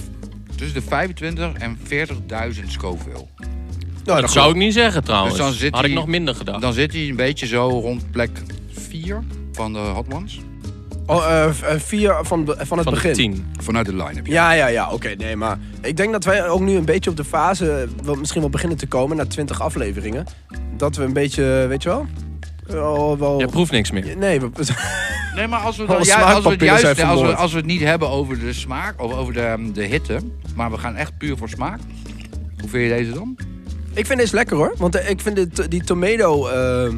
[SPEAKER 6] tussen de 25 en 40.000 Scoville.
[SPEAKER 4] Nou,
[SPEAKER 3] dat zou ik niet zeggen trouwens.
[SPEAKER 6] Dus dan zit
[SPEAKER 3] Had ik
[SPEAKER 6] hij-
[SPEAKER 3] nog minder gedacht.
[SPEAKER 6] Dan zit hij een beetje zo rond plek 4 van de Hot Ones.
[SPEAKER 4] Oh, eh, v- eh, vier van, be- van het
[SPEAKER 3] van
[SPEAKER 4] begin.
[SPEAKER 3] de tien.
[SPEAKER 6] Vanuit de line-up. ja.
[SPEAKER 4] Ja, ja, ja. Oké, nee, maar ik denk dat wij ook nu een beetje op de fase wel- misschien wel beginnen te komen na 20 afleveringen. Dat we een beetje, weet je wel? Wel- wel-
[SPEAKER 3] Je proeft niks meer.
[SPEAKER 4] Nee, we,
[SPEAKER 6] Nee, maar als we,
[SPEAKER 4] Alle
[SPEAKER 6] dan, ja, als we het
[SPEAKER 4] smaakpapillen zijn
[SPEAKER 6] juist, als we- als we,
[SPEAKER 4] vermoord.
[SPEAKER 6] het niet hebben over de smaak of over de, ehm, de hitte, maar we gaan echt puur voor smaak. Hoe vind je deze dan?
[SPEAKER 4] ik vind deze lekker hoor. Want eh, ik vind dit, die tomato. ehm,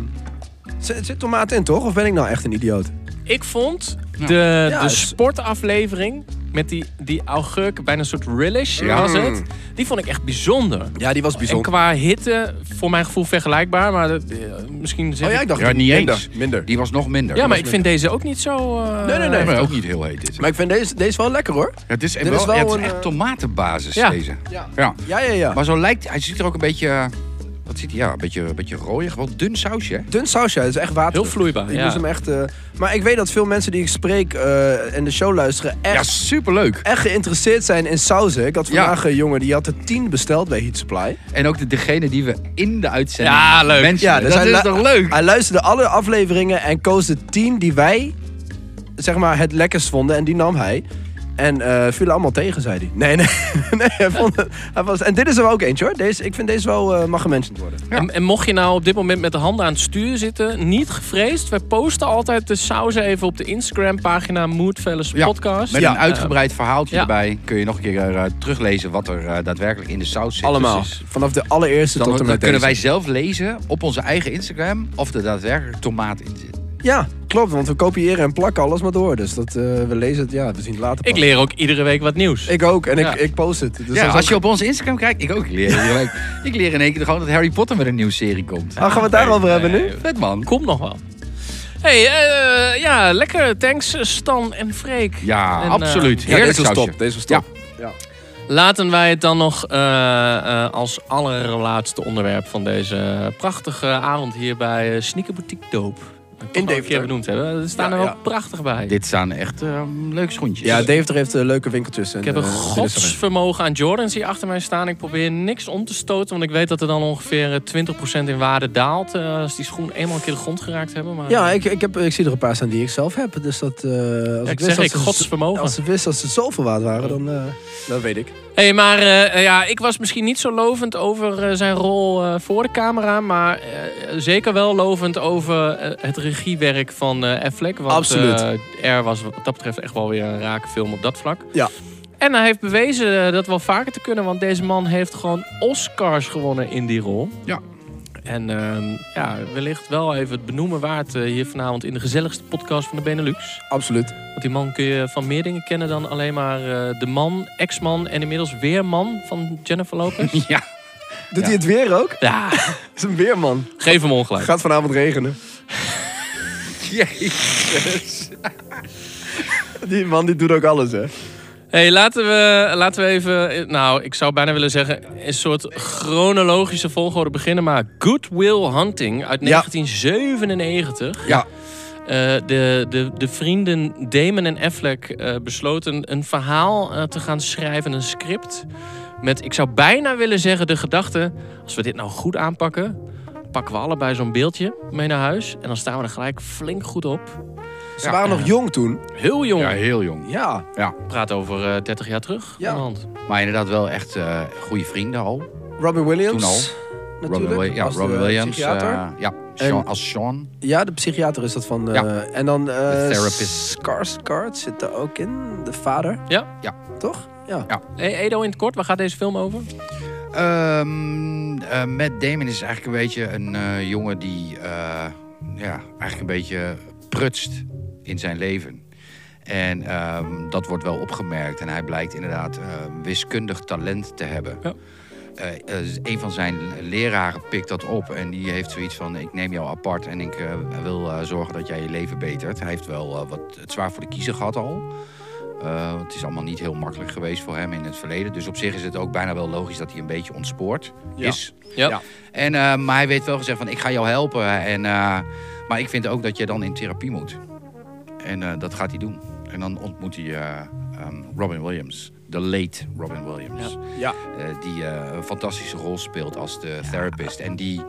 [SPEAKER 4] zit, zit tomaat in toch? Of ben ik nou echt een idioot?
[SPEAKER 3] Ik vond
[SPEAKER 6] Ja.
[SPEAKER 3] de,
[SPEAKER 4] Ja,
[SPEAKER 3] de
[SPEAKER 4] is-
[SPEAKER 3] sportaflevering met die, die augurk, bijna een soort relish
[SPEAKER 6] Ja.
[SPEAKER 3] was het. Die vond ik echt bijzonder.
[SPEAKER 4] Ja, die was
[SPEAKER 3] En
[SPEAKER 4] bijzonder.
[SPEAKER 3] qua hitte, voor mijn gevoel vergelijkbaar, maar dat, eh, misschien zeg
[SPEAKER 4] Oh ja,
[SPEAKER 3] ik-
[SPEAKER 4] ik dacht
[SPEAKER 6] Ja, niet
[SPEAKER 4] minder,
[SPEAKER 6] eens.
[SPEAKER 4] Minder.
[SPEAKER 6] Die was nog minder.
[SPEAKER 3] Ja,
[SPEAKER 6] Die
[SPEAKER 3] maar
[SPEAKER 6] was
[SPEAKER 3] ik vind deze ook niet zo... eh,
[SPEAKER 4] Nee, nee,
[SPEAKER 6] minder.
[SPEAKER 4] nee.
[SPEAKER 6] maar ook niet heel heet dit.
[SPEAKER 4] Maar ik vind deze, deze wel lekker hoor.
[SPEAKER 6] Ja, het is,
[SPEAKER 4] is
[SPEAKER 6] wel, ja,
[SPEAKER 4] wel
[SPEAKER 6] het is
[SPEAKER 4] een,
[SPEAKER 6] echt
[SPEAKER 4] eh,
[SPEAKER 6] tomatenbasis
[SPEAKER 3] Ja.
[SPEAKER 6] deze.
[SPEAKER 4] Ja.
[SPEAKER 6] ja.
[SPEAKER 4] Ja, ja, ja.
[SPEAKER 6] Maar zo lijkt hij, ziet er ook een beetje, eh, wat ziet hij? Ja, een beetje, een beetje rooier, wel dun sausje. hè?
[SPEAKER 4] Dun sausje, het is echt water.
[SPEAKER 3] Heel vloeibaar,
[SPEAKER 4] Ik
[SPEAKER 3] ja.
[SPEAKER 4] moest hem echt, eh, maar ik weet dat veel mensen die ik spreek eh, en de show luisteren
[SPEAKER 6] Ja,
[SPEAKER 4] echt
[SPEAKER 6] superleuk.
[SPEAKER 4] echt geïnteresseerd zijn in sauzen. Ik had
[SPEAKER 6] Ja.
[SPEAKER 4] vandaag een jongen die had er 10 besteld bij Heat Supply.
[SPEAKER 6] En ook de, degene die we in de uitzending
[SPEAKER 3] Ja, leuk.
[SPEAKER 6] mensen-
[SPEAKER 4] Ja, dus
[SPEAKER 6] dat
[SPEAKER 4] hij
[SPEAKER 6] is
[SPEAKER 4] lu-
[SPEAKER 6] toch leuk?
[SPEAKER 4] Hij luisterde alle afleveringen en koos de 10 die wij zeg maar, het lekkerst vonden. En die nam hij. En eh vielen allemaal tegen, zei hij. Nee, nee. nee hij vond het- hij was, en dit is er ook eentje hoor. Deze, ik vind deze wel eh, mag gementiond worden.
[SPEAKER 3] En, en mocht je nou op dit moment met de handen aan het stuur zitten, niet gevreesd. Wij posten altijd de sauzen even op de Instagram-pagina Moodfellas
[SPEAKER 6] Ja,
[SPEAKER 3] Podcast.
[SPEAKER 6] Met
[SPEAKER 4] Ja.
[SPEAKER 6] een uitgebreid verhaaltje
[SPEAKER 3] ja.
[SPEAKER 6] erbij kun je nog een keer eh, teruglezen wat er eh, daadwerkelijk in de saus zit.
[SPEAKER 4] Allemaal.
[SPEAKER 6] Dus
[SPEAKER 4] Vanaf de allereerste
[SPEAKER 6] dan,
[SPEAKER 4] tot en
[SPEAKER 6] dan
[SPEAKER 4] met
[SPEAKER 6] kunnen wij
[SPEAKER 4] deze.
[SPEAKER 6] zelf lezen op onze eigen Instagram of er daadwerkelijk tomaat in zit.
[SPEAKER 4] Ja, klopt. Want we kopiëren en plakken alles maar door. Dus dat, eh, we lezen het, ja, we zien het later
[SPEAKER 3] Eh, Ik
[SPEAKER 4] pas.
[SPEAKER 3] leer ook iedere week wat nieuws.
[SPEAKER 4] Ik ook. En
[SPEAKER 3] Ja.
[SPEAKER 4] ik, ik post het. Dus dat is
[SPEAKER 6] ja,
[SPEAKER 4] ook-
[SPEAKER 6] als je op onze Instagram kijkt, ik ook leer. ik leer in één keer gewoon dat Harry Potter met een nieuwe serie komt.
[SPEAKER 4] Ah, gaan we het daarover hebben nu?
[SPEAKER 6] Vet man.
[SPEAKER 3] Komt nog wel. hey, eh, ja, lekker. Thanks eh, Stan en Freek.
[SPEAKER 6] Ja,
[SPEAKER 3] En, eh,
[SPEAKER 6] absoluut.
[SPEAKER 4] Ja,
[SPEAKER 6] Heerlijk
[SPEAKER 4] deze was
[SPEAKER 6] sausje.
[SPEAKER 4] top. Deze was top.
[SPEAKER 3] Laten wij het dan nog eh, eh, als allerlaatste onderwerp van deze prachtige avond hier bij eh, Sneaker Boutique Doop.
[SPEAKER 4] In
[SPEAKER 3] Een keer
[SPEAKER 4] Deventer.
[SPEAKER 3] benoemd hebben. Ze staan
[SPEAKER 4] Ja,
[SPEAKER 3] er wel
[SPEAKER 4] ja.
[SPEAKER 3] prachtig bij.
[SPEAKER 6] Dit staan echt eh, leuke schoentjes.
[SPEAKER 4] Ja, Deventer heeft een leuke winkeltjes. eh,
[SPEAKER 3] Ik heb een godsvermogen aan Jordans die achter mij staan. Ik probeer niks om te stoten, want ik weet dat er dan ongeveer eh, 20% in waarde daalt. eh, als die schoen eenmaal een keer de grond geraakt hebben. Maar
[SPEAKER 4] Ja, ik, ik, heb, ik zie er een paar staan die ik zelf heb. Dus dat, eh, als
[SPEAKER 3] ik
[SPEAKER 4] ik wist
[SPEAKER 3] zeg,
[SPEAKER 4] dat
[SPEAKER 3] ik
[SPEAKER 4] ze-
[SPEAKER 3] godsvermogen.
[SPEAKER 4] Als ze wist dat ze zoveel waard waren, dan... eh, dat weet ik.
[SPEAKER 3] hey, maar eh, ja, ik was misschien niet zo lovend over eh, zijn rol eh, voor de camera. Maar eh, zeker wel lovend over eh, het regiewerk van eh Affleck. Want
[SPEAKER 4] Absoluut.
[SPEAKER 3] eh, er was wat dat betreft echt wel weer een rake film op dat vlak.
[SPEAKER 4] Ja.
[SPEAKER 3] En hij heeft bewezen eh, dat wel vaker te kunnen, want deze man heeft gewoon Oscars gewonnen in die rol.
[SPEAKER 6] Ja.
[SPEAKER 3] En ehm, ja, wellicht wel even het benoemen waard eh, hier vanavond in de gezelligste podcast van de Benelux.
[SPEAKER 4] Absoluut.
[SPEAKER 3] Want die man kun je van meer dingen kennen dan alleen maar eh, de man, ex-man en inmiddels weer man van Jennifer Lopez.
[SPEAKER 6] Ja.
[SPEAKER 4] Doet hij het weer ook?
[SPEAKER 3] ja,
[SPEAKER 4] is een weerman.
[SPEAKER 3] geef hem ongelijk.
[SPEAKER 4] Het gaat vanavond regenen. Die man die doet ook alles, hè?
[SPEAKER 3] hey, laten we, laten we even, nou, ik zou bijna willen zeggen, een soort chronologische volgorde beginnen. Maar Goodwill Hunting uit
[SPEAKER 4] Ja.
[SPEAKER 3] 1997.
[SPEAKER 4] Ja.
[SPEAKER 3] Eh, de, de, de vrienden Damon en Affleck eh, besloten een verhaal eh, te gaan schrijven, een script. Met, ik zou bijna willen zeggen, de gedachte: als we dit nou goed aanpakken, pakken we allebei zo'n beeldje mee naar huis. En dan staan we er gelijk flink goed op.
[SPEAKER 4] Ze waren nog jong toen.
[SPEAKER 3] Heel jong,
[SPEAKER 6] Ja, heel jong.
[SPEAKER 4] Ja.
[SPEAKER 3] praat over eh, 30 jaar terug.
[SPEAKER 4] Ja.
[SPEAKER 3] onderhand.
[SPEAKER 6] Maar inderdaad wel echt eh, goede vrienden al.
[SPEAKER 4] Robin Williams.
[SPEAKER 6] Toen al.
[SPEAKER 4] Natuurlijk.
[SPEAKER 6] Willi- ja,
[SPEAKER 4] als de
[SPEAKER 6] Robin Williams.
[SPEAKER 4] psychiater.
[SPEAKER 6] eh, ja, Sean,
[SPEAKER 4] En-
[SPEAKER 6] als Sean.
[SPEAKER 4] ja, de psychiater is dat van... eh,
[SPEAKER 6] Ja.
[SPEAKER 4] En dan... eh
[SPEAKER 6] De therapist.
[SPEAKER 4] Skarsgård zit daar ook in. De vader.
[SPEAKER 3] Ja.
[SPEAKER 6] Ja.
[SPEAKER 4] Toch? Ja.
[SPEAKER 3] Hey, E-, Edo in het kort, waar gaat deze film over?
[SPEAKER 6] Ehm eh, Matt Damon is eigenlijk een beetje een eh, jongen die eh, ja, eigenlijk een beetje prutst in zijn leven. En ehm, dat wordt wel opgemerkt. En hij blijkt inderdaad ehm, wiskundig talent te hebben.
[SPEAKER 3] Ja.
[SPEAKER 6] Eh, eh, een van zijn leraren pikt dat op en die heeft zoiets van: Ik neem jou apart en ik eh, wil eh, zorgen dat jij je leven betert. Hij heeft wel eh, wat het zwaar voor de kiezer gehad al. Eh, het is allemaal niet heel makkelijk geweest voor hem in het verleden. Dus op zich is het ook bijna wel logisch dat hij een beetje ontspoort
[SPEAKER 4] Ja.
[SPEAKER 6] is.
[SPEAKER 3] Ja.
[SPEAKER 4] Ja.
[SPEAKER 6] En, eh, maar hij weet wel gezegd van ik ga jou helpen. En, eh, maar ik vind ook dat je dan in therapie moet. En eh, dat gaat hij doen. En dan ontmoet hij eh, ehm, Robin Williams. De late Robin Williams.
[SPEAKER 4] Ja.
[SPEAKER 6] Eh, die eh, een fantastische rol speelt als de therapist. En die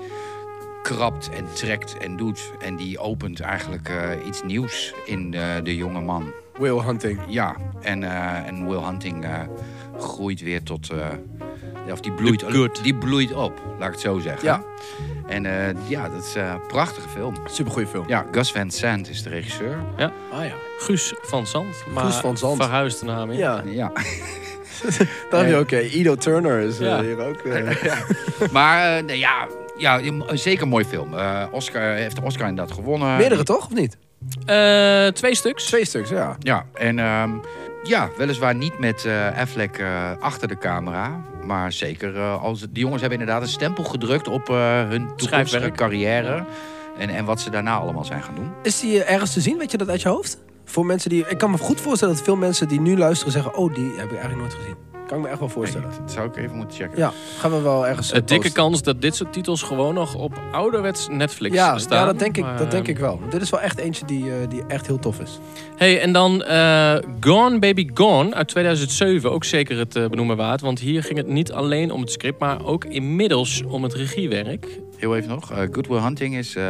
[SPEAKER 6] krabt en trekt en doet. En die opent eigenlijk eh, iets nieuws in eh, de jonge man.
[SPEAKER 4] Will Hunting.
[SPEAKER 6] Ja, en, eh, en Will Hunting eh, groeit weer tot. eh, of die bloeit,
[SPEAKER 3] The good.
[SPEAKER 6] die bloeit op, laat ik het zo zeggen.
[SPEAKER 4] Ja.
[SPEAKER 6] En eh, ja, dat is eh, een prachtige film.
[SPEAKER 4] Supergoeie film.
[SPEAKER 6] Ja, Gus Van Sant is de regisseur.
[SPEAKER 4] Ah ja.
[SPEAKER 3] Guus van Zand. Maar
[SPEAKER 4] Guus van Zand.
[SPEAKER 3] Verhuisde naam in.
[SPEAKER 4] Ja,
[SPEAKER 6] Ja.
[SPEAKER 4] dan heb je ook eh, Ido Turner is eh,
[SPEAKER 3] Ja.
[SPEAKER 4] hier ook. eh,
[SPEAKER 6] maar eh, nee, ja, ja, een zeker mooi film. Eh, Oscar heeft de Oscar inderdaad gewonnen.
[SPEAKER 4] Meerdere toch, of niet?
[SPEAKER 3] Eh, twee stuks.
[SPEAKER 4] Twee stuks, ja.
[SPEAKER 6] Ja, en ehm, ja, weliswaar niet met eh Affleck eh, achter de camera. Maar zeker, eh, als, die jongens hebben inderdaad een stempel gedrukt op eh, hun toekomstige
[SPEAKER 3] Schrijfwerk.
[SPEAKER 6] carrière. En, en wat ze daarna allemaal zijn gaan doen.
[SPEAKER 4] Is die eh, ergens te zien? Weet je dat uit je hoofd? Voor mensen die... Ik kan me goed voorstellen dat veel mensen die nu luisteren zeggen... Oh, die heb ik eigenlijk nooit gezien. Kan ik me echt wel voorstellen.
[SPEAKER 6] Nee, dat zou ik even moeten checken.
[SPEAKER 4] Ja, gaan we wel ergens... eh,
[SPEAKER 3] Een dikke
[SPEAKER 4] posten.
[SPEAKER 3] kans dat dit soort titels gewoon nog op ouderwets Netflix
[SPEAKER 4] Ja,
[SPEAKER 3] staan.
[SPEAKER 4] ja dat, denk ik,
[SPEAKER 3] Maar,
[SPEAKER 4] dat denk
[SPEAKER 3] ehm,
[SPEAKER 4] ik wel. Want Dit is wel echt eentje die, eh, die echt heel tof is.
[SPEAKER 3] Hey, en dan eh, Gone Baby Gone uit 2007. Ook zeker het eh, benoemen waard. Want hier ging het niet alleen om het script, maar ook inmiddels om het regiewerk.
[SPEAKER 6] Heel even nog. eh, Good Will Hunting is eh,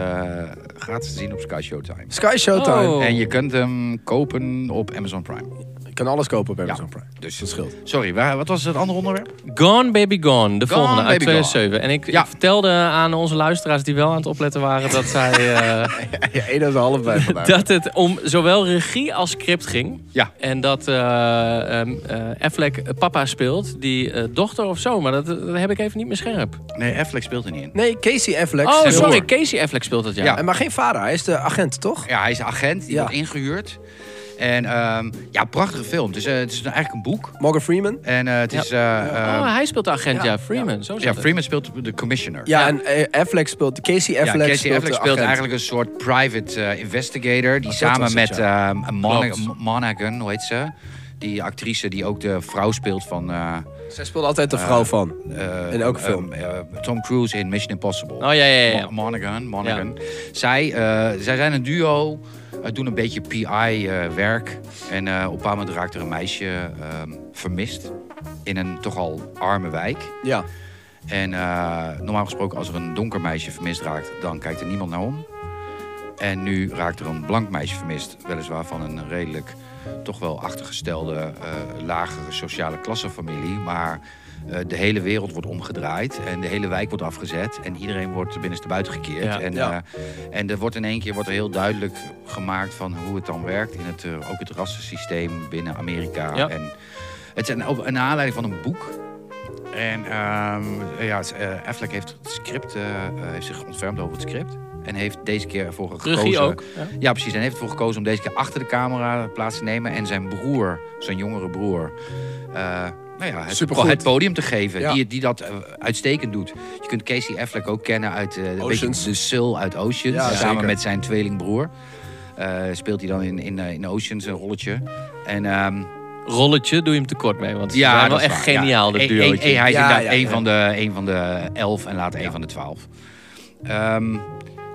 [SPEAKER 6] gratis te zien op Sky Showtime.
[SPEAKER 4] Sky Showtime.
[SPEAKER 3] Oh.
[SPEAKER 6] En je kunt hem kopen op Amazon Prime.
[SPEAKER 4] Je kan alles kopen bij Amazon Prime.
[SPEAKER 6] Dus
[SPEAKER 4] Dat scheelt.
[SPEAKER 6] Sorry, waar- wat was het andere onderwerp?
[SPEAKER 3] Gone Baby Gone, de
[SPEAKER 6] Gone
[SPEAKER 3] volgende uit
[SPEAKER 6] Baby Gone.
[SPEAKER 3] 2007. En ik,
[SPEAKER 6] Ja.
[SPEAKER 3] ik vertelde aan onze luisteraars die wel aan het opletten waren dat, zij, eh,
[SPEAKER 4] Ja, één is half bij vandaag.
[SPEAKER 3] dat het om zowel regie als script ging.
[SPEAKER 6] Ja.
[SPEAKER 3] En dat eh ehm, eh, Affleck eh, papa speelt, die eh, dochter of zo. Maar dat, dat heb ik even niet meer scherp.
[SPEAKER 6] Nee, Affleck speelt er niet in.
[SPEAKER 4] Nee, Casey Affleck.
[SPEAKER 3] Oh,
[SPEAKER 4] En
[SPEAKER 3] sorry,
[SPEAKER 4] door.
[SPEAKER 3] Casey Affleck speelt dat, ja.
[SPEAKER 6] Ja.
[SPEAKER 4] En maar geen vader, hij is de agent, toch?
[SPEAKER 6] Ja, hij is agent, die
[SPEAKER 4] Ja.
[SPEAKER 6] wordt ingehuurd. En ehm, ja, prachtige film. Dus, eh, het is eigenlijk een boek.
[SPEAKER 4] Morgan Freeman.
[SPEAKER 6] En eh, het is... eh, eh,
[SPEAKER 3] Oh, hij speelt de agent, ja, Freeman. Zo zat
[SPEAKER 6] ja,
[SPEAKER 3] het.
[SPEAKER 6] Freeman speelt de commissioner.
[SPEAKER 4] Ja, en eh, Affleck speelt... Casey Affleck
[SPEAKER 6] ja, Casey
[SPEAKER 4] speelt,
[SPEAKER 6] Affleck
[SPEAKER 4] de
[SPEAKER 6] speelt
[SPEAKER 4] agent. Ah,
[SPEAKER 6] eigenlijk een soort private eh, investigator. Die
[SPEAKER 4] dat was
[SPEAKER 6] samen
[SPEAKER 4] het,
[SPEAKER 6] met
[SPEAKER 4] ja.
[SPEAKER 6] ehm, een Mon-
[SPEAKER 3] Klopt.
[SPEAKER 6] Mon- Monaghan, hoe heet ze? Die actrice die ook de vrouw speelt van... eh,
[SPEAKER 4] Zij speelt altijd de vrouw van.
[SPEAKER 6] eh,
[SPEAKER 4] In elke
[SPEAKER 6] ehm,
[SPEAKER 4] film.
[SPEAKER 6] eh, Tom Cruise in Mission Impossible.
[SPEAKER 3] Oh, ja, ja, ja, ja.
[SPEAKER 6] Mo- Monaghan, Monaghan. Zij, eh, zij zijn een duo, eh, doen een beetje PI-werk. en eh, op een bepaald moment raakt er een meisje ehm, vermist in een toch al arme wijk.
[SPEAKER 4] ja.
[SPEAKER 6] En eh, normaal gesproken, als er een donker meisje vermist raakt, dan kijkt er niemand naar om. En nu raakt er een blank meisje vermist, weliswaar van een redelijk toch wel achtergestelde eh, lagere sociale klassefamilie. Maar eh, de hele wereld wordt omgedraaid en de hele wijk wordt afgezet en iedereen wordt binnenstebuiten gekeerd.
[SPEAKER 3] Ja,
[SPEAKER 6] en,
[SPEAKER 4] ja.
[SPEAKER 6] eh, en er wordt in één keer wordt er heel duidelijk gemaakt van hoe het dan werkt in het, eh, ook het rassensysteem binnen Amerika.
[SPEAKER 3] Ja.
[SPEAKER 6] En het is een, op- een aanleiding van een boek en ehm, ja, het, eh, Affleck heeft, het script, eh, eh, heeft zich ontfermd over het script. En heeft deze keer ervoor gekozen.
[SPEAKER 3] Regie ook. Ja.
[SPEAKER 6] Ja, precies. En heeft ervoor gekozen om deze keer achter de camera plaats te nemen. En zijn broer, zijn jongere broer, eh, nou ja, het,
[SPEAKER 4] Supergoed.
[SPEAKER 6] het podium te geven.
[SPEAKER 4] Ja.
[SPEAKER 6] Die, die dat eh, uitstekend doet. Je kunt Casey Affleck ook kennen uit eh, een beetje
[SPEAKER 4] Oceans.
[SPEAKER 6] de Sul uit Oceans.
[SPEAKER 4] Ja,
[SPEAKER 6] samen
[SPEAKER 4] zeker.
[SPEAKER 6] met zijn tweelingbroer. Eh, speelt hij dan in, in, eh, in Oceans een rolletje. En... ehm,
[SPEAKER 3] Rolletje, doe je hem tekort mee. Want ja,
[SPEAKER 6] dat
[SPEAKER 3] wel
[SPEAKER 6] is
[SPEAKER 3] echt
[SPEAKER 6] waar,
[SPEAKER 3] geniaal,
[SPEAKER 6] ja.
[SPEAKER 3] dat
[SPEAKER 6] Eén- één-
[SPEAKER 3] duootje.
[SPEAKER 6] één- hij is
[SPEAKER 4] Ja,
[SPEAKER 6] inderdaad
[SPEAKER 4] ja,
[SPEAKER 6] één
[SPEAKER 4] ja.
[SPEAKER 6] van de één van de elf en later één van de twaalf. Ehm,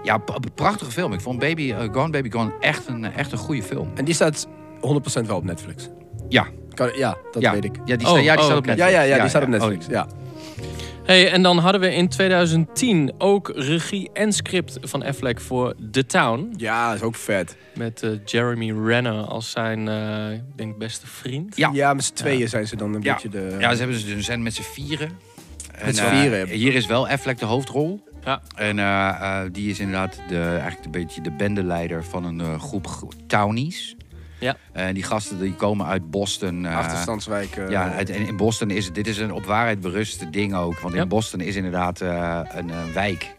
[SPEAKER 6] ja, p- prachtige film. Ik vond Baby eh, Gone Baby Gone echt een, eh, echt een goede film.
[SPEAKER 4] En die staat 100% wel op Netflix.
[SPEAKER 6] Ja,
[SPEAKER 4] Kan, ja, dat
[SPEAKER 6] ja.
[SPEAKER 4] weet ik.
[SPEAKER 6] Ja, die,
[SPEAKER 3] Oh,
[SPEAKER 6] sta- ja, die
[SPEAKER 3] oh,
[SPEAKER 6] staat op
[SPEAKER 3] oké.
[SPEAKER 4] Ja,
[SPEAKER 6] Netflix.
[SPEAKER 4] ja, ja, die staat op
[SPEAKER 6] ja.
[SPEAKER 4] Netflix. Ja.
[SPEAKER 3] Hey, en dan hadden we in 2010 ook regie en script van Affleck voor The Town.
[SPEAKER 4] ja, is ook vet.
[SPEAKER 3] Met eh, Jeremy Renner als zijn, eh, ik denk, beste vriend.
[SPEAKER 6] Ja.
[SPEAKER 4] Ja, met z'n tweeën zijn ze dan een
[SPEAKER 6] Ja.
[SPEAKER 4] beetje de...
[SPEAKER 6] Ja, ze hebben ze, ze zijn met z'n vieren. En,
[SPEAKER 4] z'n
[SPEAKER 6] eh,
[SPEAKER 4] vieren.
[SPEAKER 6] hier is wel Affleck de hoofdrol.
[SPEAKER 3] Ja.
[SPEAKER 6] En eh, eh, die is inderdaad de, eigenlijk een beetje de bendeleider van een eh, groep gro- townies.
[SPEAKER 3] Ja.
[SPEAKER 6] En die gasten die komen uit Boston. eh,
[SPEAKER 4] Achterstandswijk. eh,
[SPEAKER 6] Ja, uit- en in Boston is het- dit is een op waarheid berust ding ook. Want in
[SPEAKER 3] Ja.
[SPEAKER 6] Boston is inderdaad eh, een, eh, wijk